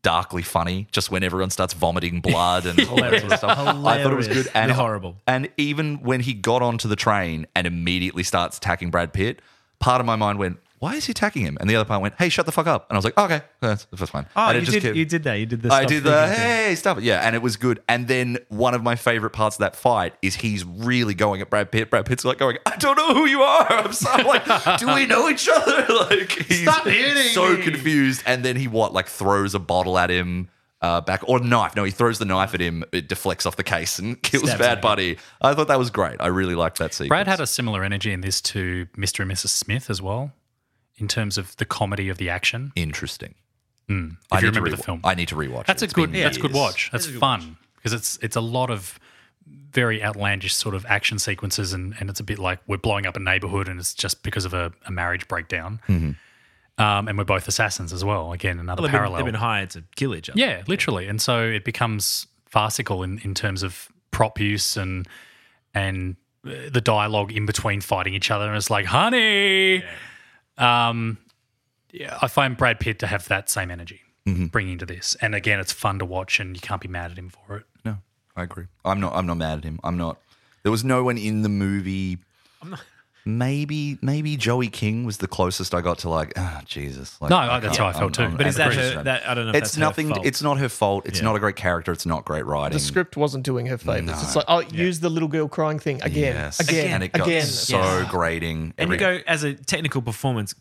Speaker 2: darkly funny. Just when everyone starts vomiting blood and all that sort of stuff, I thought it was good and
Speaker 1: They're horrible.
Speaker 2: And even when he got onto the train and immediately starts attacking Brad Pitt, part of my mind went, "Why is he attacking him?" And the other part went, "Hey, shut the fuck up!" And I was like, "Okay, that's, that's fine."
Speaker 1: Oh,
Speaker 2: And it
Speaker 1: you
Speaker 2: just
Speaker 1: did,
Speaker 2: kept-
Speaker 1: you did that. You did the.
Speaker 2: I
Speaker 1: stop
Speaker 2: did the
Speaker 1: thinking thing.
Speaker 2: hey stuff. Yeah, and it was good. And then one of my favorite parts of that fight is he's really going at Brad Pitt. Brad Pitt's like going, I don't know who you are. I'm sorry. Like, do we know each other? Like, he's
Speaker 1: Stop hitting
Speaker 2: so
Speaker 1: me.
Speaker 2: confused. And then he what? Like throws a bottle at him. Uh, back or knife? No, he throws the knife at him. It deflects off the case and kills
Speaker 1: Stabs him.
Speaker 2: Bad Buddy. I thought that was great. I really liked that scene.
Speaker 3: Brad had a similar energy in this to Mr. and Mrs. Smith as well, in terms of the comedy of the action.
Speaker 2: interesting.
Speaker 3: Hmm. If you
Speaker 2: need to
Speaker 3: remember the
Speaker 2: rewa-
Speaker 3: film,
Speaker 2: I need to rewatch.
Speaker 3: that's
Speaker 2: it.
Speaker 3: a
Speaker 2: It's
Speaker 3: good
Speaker 2: been
Speaker 3: that's a good
Speaker 2: years.
Speaker 3: watch. That's fun because it's it's a lot of very outlandish sort of action sequences, and and it's a bit like we're blowing up a neighborhood, and it's just because of a, a marriage breakdown. Um, and we're both assassins as well. Again, another
Speaker 1: Well, they've, been,
Speaker 3: parallel.
Speaker 1: they've been hired to kill each other.
Speaker 3: Yeah, literally. And so it becomes farcical in, in terms of prop use and and uh, the dialogue in between fighting each other. And it's like, honey. Um, yeah, I find Brad Pitt to have that same energy bringing to this. And again, it's fun to watch and you can't be mad at him for it.
Speaker 2: No, I agree. I'm not. I'm not mad at him. I'm not. There was no one in the movie. Maybe, maybe Joey King was the closest I got to like. Ah, Jesus. Like,
Speaker 3: No,
Speaker 1: oh,
Speaker 2: I can't-
Speaker 3: that's how I felt too.
Speaker 1: But is that,
Speaker 2: I'm
Speaker 1: her,
Speaker 2: just-
Speaker 1: that I don't know. If
Speaker 2: It's
Speaker 1: that's her
Speaker 2: nothing.
Speaker 1: fault.
Speaker 2: It's not her fault. It's not a great character. It's not great writing.
Speaker 4: The script wasn't doing her favors. It's like, oh, use the little girl crying thing again,
Speaker 2: Yes.
Speaker 4: again,
Speaker 2: and it got
Speaker 4: again.
Speaker 2: so grating.
Speaker 1: and
Speaker 2: Every-
Speaker 1: you go as a technical performance.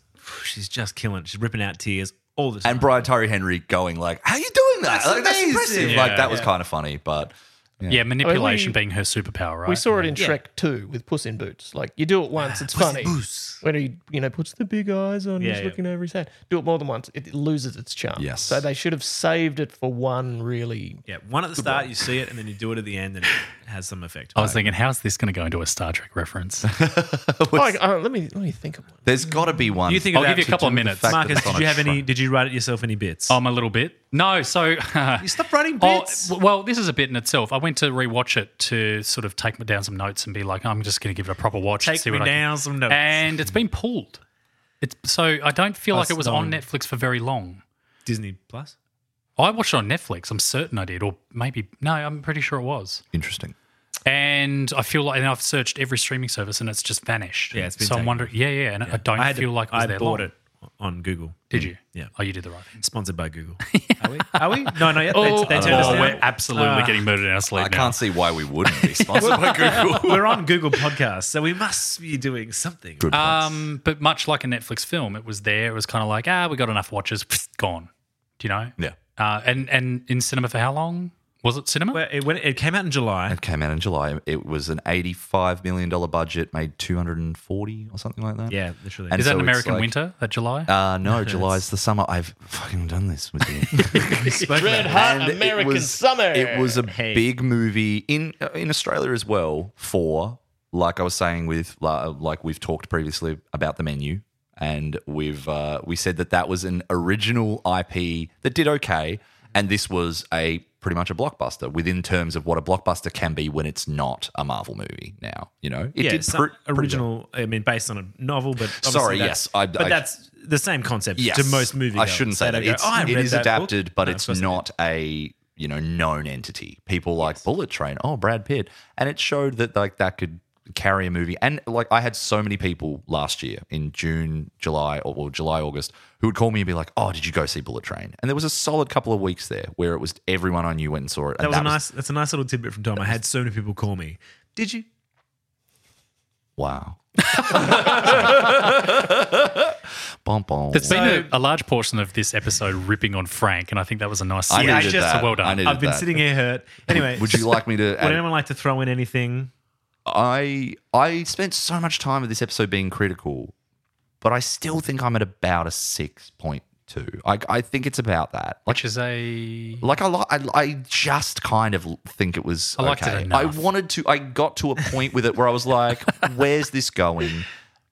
Speaker 1: She's just killing. it. She's ripping out tears all the time.
Speaker 2: and Brian Tyree Henry going like, "How you doing that? That's, like, that's
Speaker 1: amazing."
Speaker 2: impressive."
Speaker 1: Yeah,
Speaker 2: like that was kind of funny, but
Speaker 3: Yeah, manipulation being her superpower, right?
Speaker 4: We saw it in Shrek 2 with Puss in Boots. Like, you do it once, it's funny.
Speaker 1: Boos.
Speaker 4: When he, you know, puts the big eyes on,
Speaker 1: Yeah,
Speaker 4: he's
Speaker 1: yeah.
Speaker 4: looking over his hand. Do it more than once, it loses its charm.
Speaker 2: Yes.
Speaker 4: So they should have saved it for one really.
Speaker 1: Yeah, one at the start you see it, and then you do it at the end, and it has some effect.
Speaker 3: I was thinking, how's this going to go into a Star Trek reference?
Speaker 4: Oh, I- oh, let me let me think of one.
Speaker 2: there's got to be one.
Speaker 1: you think
Speaker 3: I'll
Speaker 1: about
Speaker 3: give you a couple of minutes.
Speaker 2: fact that
Speaker 1: Marcus,
Speaker 2: it's on
Speaker 1: did you
Speaker 2: a
Speaker 1: have any?
Speaker 2: train.
Speaker 1: Did you write it yourself? Any bits?
Speaker 3: I'm a little bit. No, so
Speaker 1: You stop writing
Speaker 3: Oh,
Speaker 1: bits.
Speaker 3: w- well, this is a bit in itself. I went to rewatch it to sort of take down some notes and be like, I'm just going to give it a proper watch. and
Speaker 1: Take
Speaker 3: see
Speaker 1: me
Speaker 3: what I can-
Speaker 1: down some notes.
Speaker 3: And it's been pulled. It's so I don't feel like it was on
Speaker 1: Stoned.
Speaker 3: Netflix for very long.
Speaker 1: Disney Plus.
Speaker 3: I watched it on Netflix. I'm certain I did, or maybe no. I'm pretty sure it was.
Speaker 2: Interesting.
Speaker 3: And I feel like and I've searched every streaming service and it's just vanished.
Speaker 1: Yeah, it's been
Speaker 3: so I'm
Speaker 1: taken.
Speaker 3: wondering. Yeah, yeah. And I don't
Speaker 1: had to-
Speaker 3: feel like it was
Speaker 1: I
Speaker 3: there
Speaker 1: bought
Speaker 3: long.
Speaker 1: it on Google.
Speaker 3: Did you?
Speaker 1: Yeah.
Speaker 3: Oh, you did the right thing.
Speaker 1: Sponsored by Google. Are we? Are we? No, no. Yet.
Speaker 4: Oh,
Speaker 1: they, they turned us
Speaker 3: Oh,
Speaker 1: down.
Speaker 3: we're absolutely
Speaker 1: Ah.
Speaker 3: getting murdered in our sleep
Speaker 2: I
Speaker 3: now.
Speaker 2: can't see why we wouldn't be sponsored by Google.
Speaker 1: We're on Google Podcasts, so we must be doing something.
Speaker 2: Good
Speaker 3: Um, but much like a Netflix film, it was there. It was kind of like, ah, we got enough watches, gone. Do you know?
Speaker 2: Yeah.
Speaker 3: Uh, and and in cinema for how long was it? Cinema?
Speaker 1: Well, it, when it, it came out in July.
Speaker 2: It came out in July. It was an $85 million budget, made 240 or something like that.
Speaker 1: Yeah, literally.
Speaker 2: And
Speaker 3: Is that
Speaker 2: so
Speaker 3: an
Speaker 2: it's
Speaker 3: American
Speaker 2: like-
Speaker 3: winter? That July?
Speaker 2: Uh, no, July's the summer. I've fucking done this with you.
Speaker 1: We spoke about
Speaker 4: Red
Speaker 1: it.
Speaker 4: hot
Speaker 2: And it
Speaker 4: American
Speaker 2: was-
Speaker 4: summer.
Speaker 2: It was a
Speaker 1: Hey.
Speaker 2: big movie in uh, in Australia as well for like I was saying with like like we've talked previously about the menu and we've uh, we said that that was an original IP that did okay and this was a pretty much a blockbuster within terms of what a blockbuster can be when it's not a Marvel movie now you know it
Speaker 1: yeah,
Speaker 2: did
Speaker 1: some
Speaker 2: pre- pretty
Speaker 1: original. I mean, based on a novel, but obviously
Speaker 2: Sorry,
Speaker 1: that's-
Speaker 2: yes, I-
Speaker 1: but
Speaker 2: I-
Speaker 1: that's the same concept
Speaker 2: yes,
Speaker 1: to most movies.
Speaker 2: I shouldn't say that. It's,
Speaker 1: "Oh,
Speaker 2: it is adapted, but it's not a you know known entity. People like Bullet Train. Oh, Brad Pitt, and it showed that like that could carry a movie. And like I had so many people last year in June, July, or, or July, August, who would call me and be like, "Oh, did you go see Bullet Train?" And there was a solid couple of weeks there where it was everyone I knew went and saw it.
Speaker 1: That
Speaker 2: and
Speaker 1: was a nice. That's a nice little tidbit from Tom. I had so many people call me. Did you?
Speaker 2: wow. Bom bom.
Speaker 3: There's been a, a large portion of this episode ripping on Frank, and I think that was a nice.
Speaker 2: I
Speaker 1: Yeah, I
Speaker 2: needed
Speaker 1: just-
Speaker 2: that.
Speaker 3: well done.
Speaker 2: I needed
Speaker 1: I've been
Speaker 2: that.
Speaker 1: sitting here hurt. Anyway,
Speaker 2: Would you like me to?
Speaker 1: Would
Speaker 2: add-
Speaker 1: anyone like to throw in anything?
Speaker 2: I I spent so much time with this episode being critical, but I still think I'm at about a six point two. I I think it's about that. Like
Speaker 3: which is a
Speaker 2: like I li- I, I just kind of think it was
Speaker 3: I liked it
Speaker 2: okay.
Speaker 3: enough.
Speaker 2: I wanted to. I got to a point with it where I was like, "Where's this going?"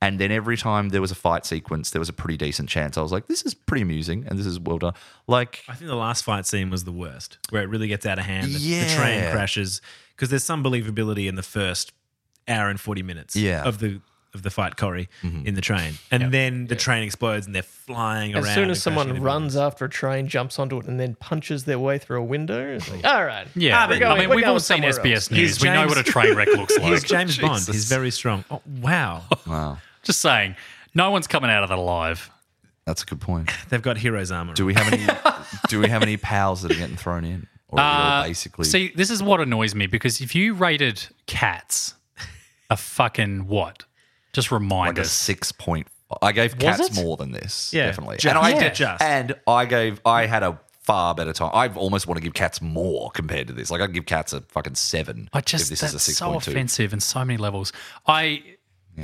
Speaker 2: And then every time there was a fight sequence, there was a pretty decent chance. I was like, "This is pretty amusing," and this is well done. Like
Speaker 1: I think the last fight scene was the worst, where it really gets out of hand. and The train
Speaker 2: Yeah.
Speaker 1: crashes because there's some believability in the first hour and forty minutes
Speaker 2: Yeah. Mm-hmm.
Speaker 1: of the of the fight, Corey, in the train, and then the train explodes and they're flying
Speaker 4: as
Speaker 1: around.
Speaker 4: soon
Speaker 1: and
Speaker 4: as someone
Speaker 1: crashing into
Speaker 4: runs after a train, jumps onto it, and then punches their way through a window, it's like, all right.
Speaker 3: yeah.
Speaker 1: Ah, but
Speaker 3: I
Speaker 1: going-
Speaker 3: mean,
Speaker 4: we're
Speaker 3: we've
Speaker 4: going
Speaker 3: all seen
Speaker 4: somewhere
Speaker 3: SBS
Speaker 4: else.
Speaker 3: news.
Speaker 1: Here's
Speaker 3: We know
Speaker 1: James-
Speaker 3: what a train wreck looks
Speaker 1: buildings. He's
Speaker 3: like.
Speaker 1: James Bond.
Speaker 2: Jesus.
Speaker 1: He's very strong. Oh, wow.
Speaker 2: wow,
Speaker 3: Just saying, no one's coming out of that alive.
Speaker 2: that's a good point.
Speaker 1: They've got hero's armor.
Speaker 2: Do we have any? do we have any pals that are getting thrown in? Or are we all
Speaker 3: Uh,
Speaker 2: basically
Speaker 3: See, this is what annoys me because if you rated cats a fucking what? Just remind
Speaker 2: like a
Speaker 3: us.
Speaker 2: six point. I gave
Speaker 3: it?
Speaker 2: cats more than this,
Speaker 1: Yeah,
Speaker 2: definitely.
Speaker 1: just-
Speaker 2: and I
Speaker 1: yeah.
Speaker 2: did,
Speaker 1: just.
Speaker 2: and I gave. I had a far better time. I almost want to give cats more compared to this. Like I'd give cats a fucking seven.
Speaker 3: I just
Speaker 2: if this
Speaker 3: that's
Speaker 2: is a six
Speaker 3: so
Speaker 2: point two.
Speaker 3: offensive in so many levels. I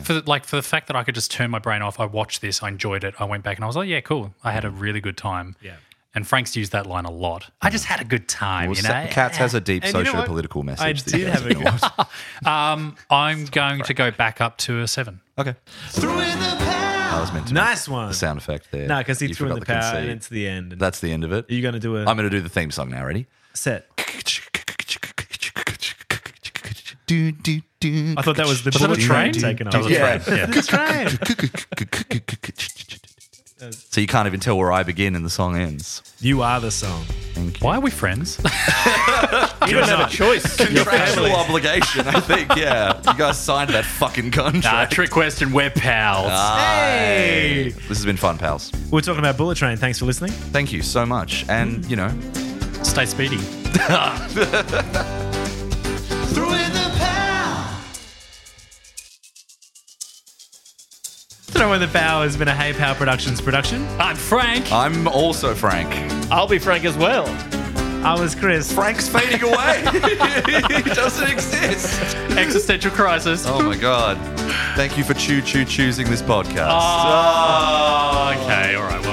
Speaker 3: for the, like for the fact that I could just turn my brain off. I watched this. I enjoyed it. I went back and I was like, yeah, cool. I had a
Speaker 2: Mm.
Speaker 3: really good time.
Speaker 1: Yeah.
Speaker 3: And Frank's used that line a lot. I just had a good time. you know.
Speaker 2: Cats has a deep
Speaker 1: And you know what?
Speaker 2: socio-political message.
Speaker 1: I
Speaker 2: that you
Speaker 1: did
Speaker 2: guys
Speaker 1: have a
Speaker 2: ignore.
Speaker 3: Um, I'm going to go back up to a seven.
Speaker 2: okay. I was meant to make
Speaker 1: nice one.
Speaker 2: the sound effect there.
Speaker 1: No, because he
Speaker 2: You
Speaker 1: threw in the
Speaker 2: forgot
Speaker 1: power
Speaker 2: conceit.
Speaker 1: and it's the end. And
Speaker 2: That's the end of it.
Speaker 1: are you going to do a
Speaker 2: I'm going to do the theme song now. Ready?
Speaker 1: set?
Speaker 2: Do, do, do.
Speaker 1: I thought that was the
Speaker 3: Was that a
Speaker 1: bullet
Speaker 3: train?
Speaker 1: taken
Speaker 3: That
Speaker 1: off.
Speaker 3: was a
Speaker 2: Yeah.
Speaker 3: train. Yeah.
Speaker 1: The train.
Speaker 2: So you can't even tell where I begin and the song ends.
Speaker 1: You are the song.
Speaker 3: Why are we friends?
Speaker 4: You don't have a choice. Your
Speaker 2: Contractual
Speaker 4: family.
Speaker 2: obligation, I think. Yeah, you guys signed that fucking
Speaker 3: nah,
Speaker 2: contract.
Speaker 3: trick question. We're pals.
Speaker 2: Hey, this has been fun, pals.
Speaker 1: We're talking about Bullet Train. Thanks for listening.
Speaker 2: Thank you so much, and you know,
Speaker 3: Stay speedy.
Speaker 2: through the pal.
Speaker 1: Throw in the Power has been a Hey Power Productions production.
Speaker 3: I'm Frank.
Speaker 2: I'm also Frank.
Speaker 4: I'll be frank as well.
Speaker 1: I was Chris.
Speaker 2: Frank's fading away. he doesn't exist.
Speaker 3: Existential crisis.
Speaker 2: Oh my god. Thank you for choo choo choosing this podcast.
Speaker 3: Oh, okay. All right.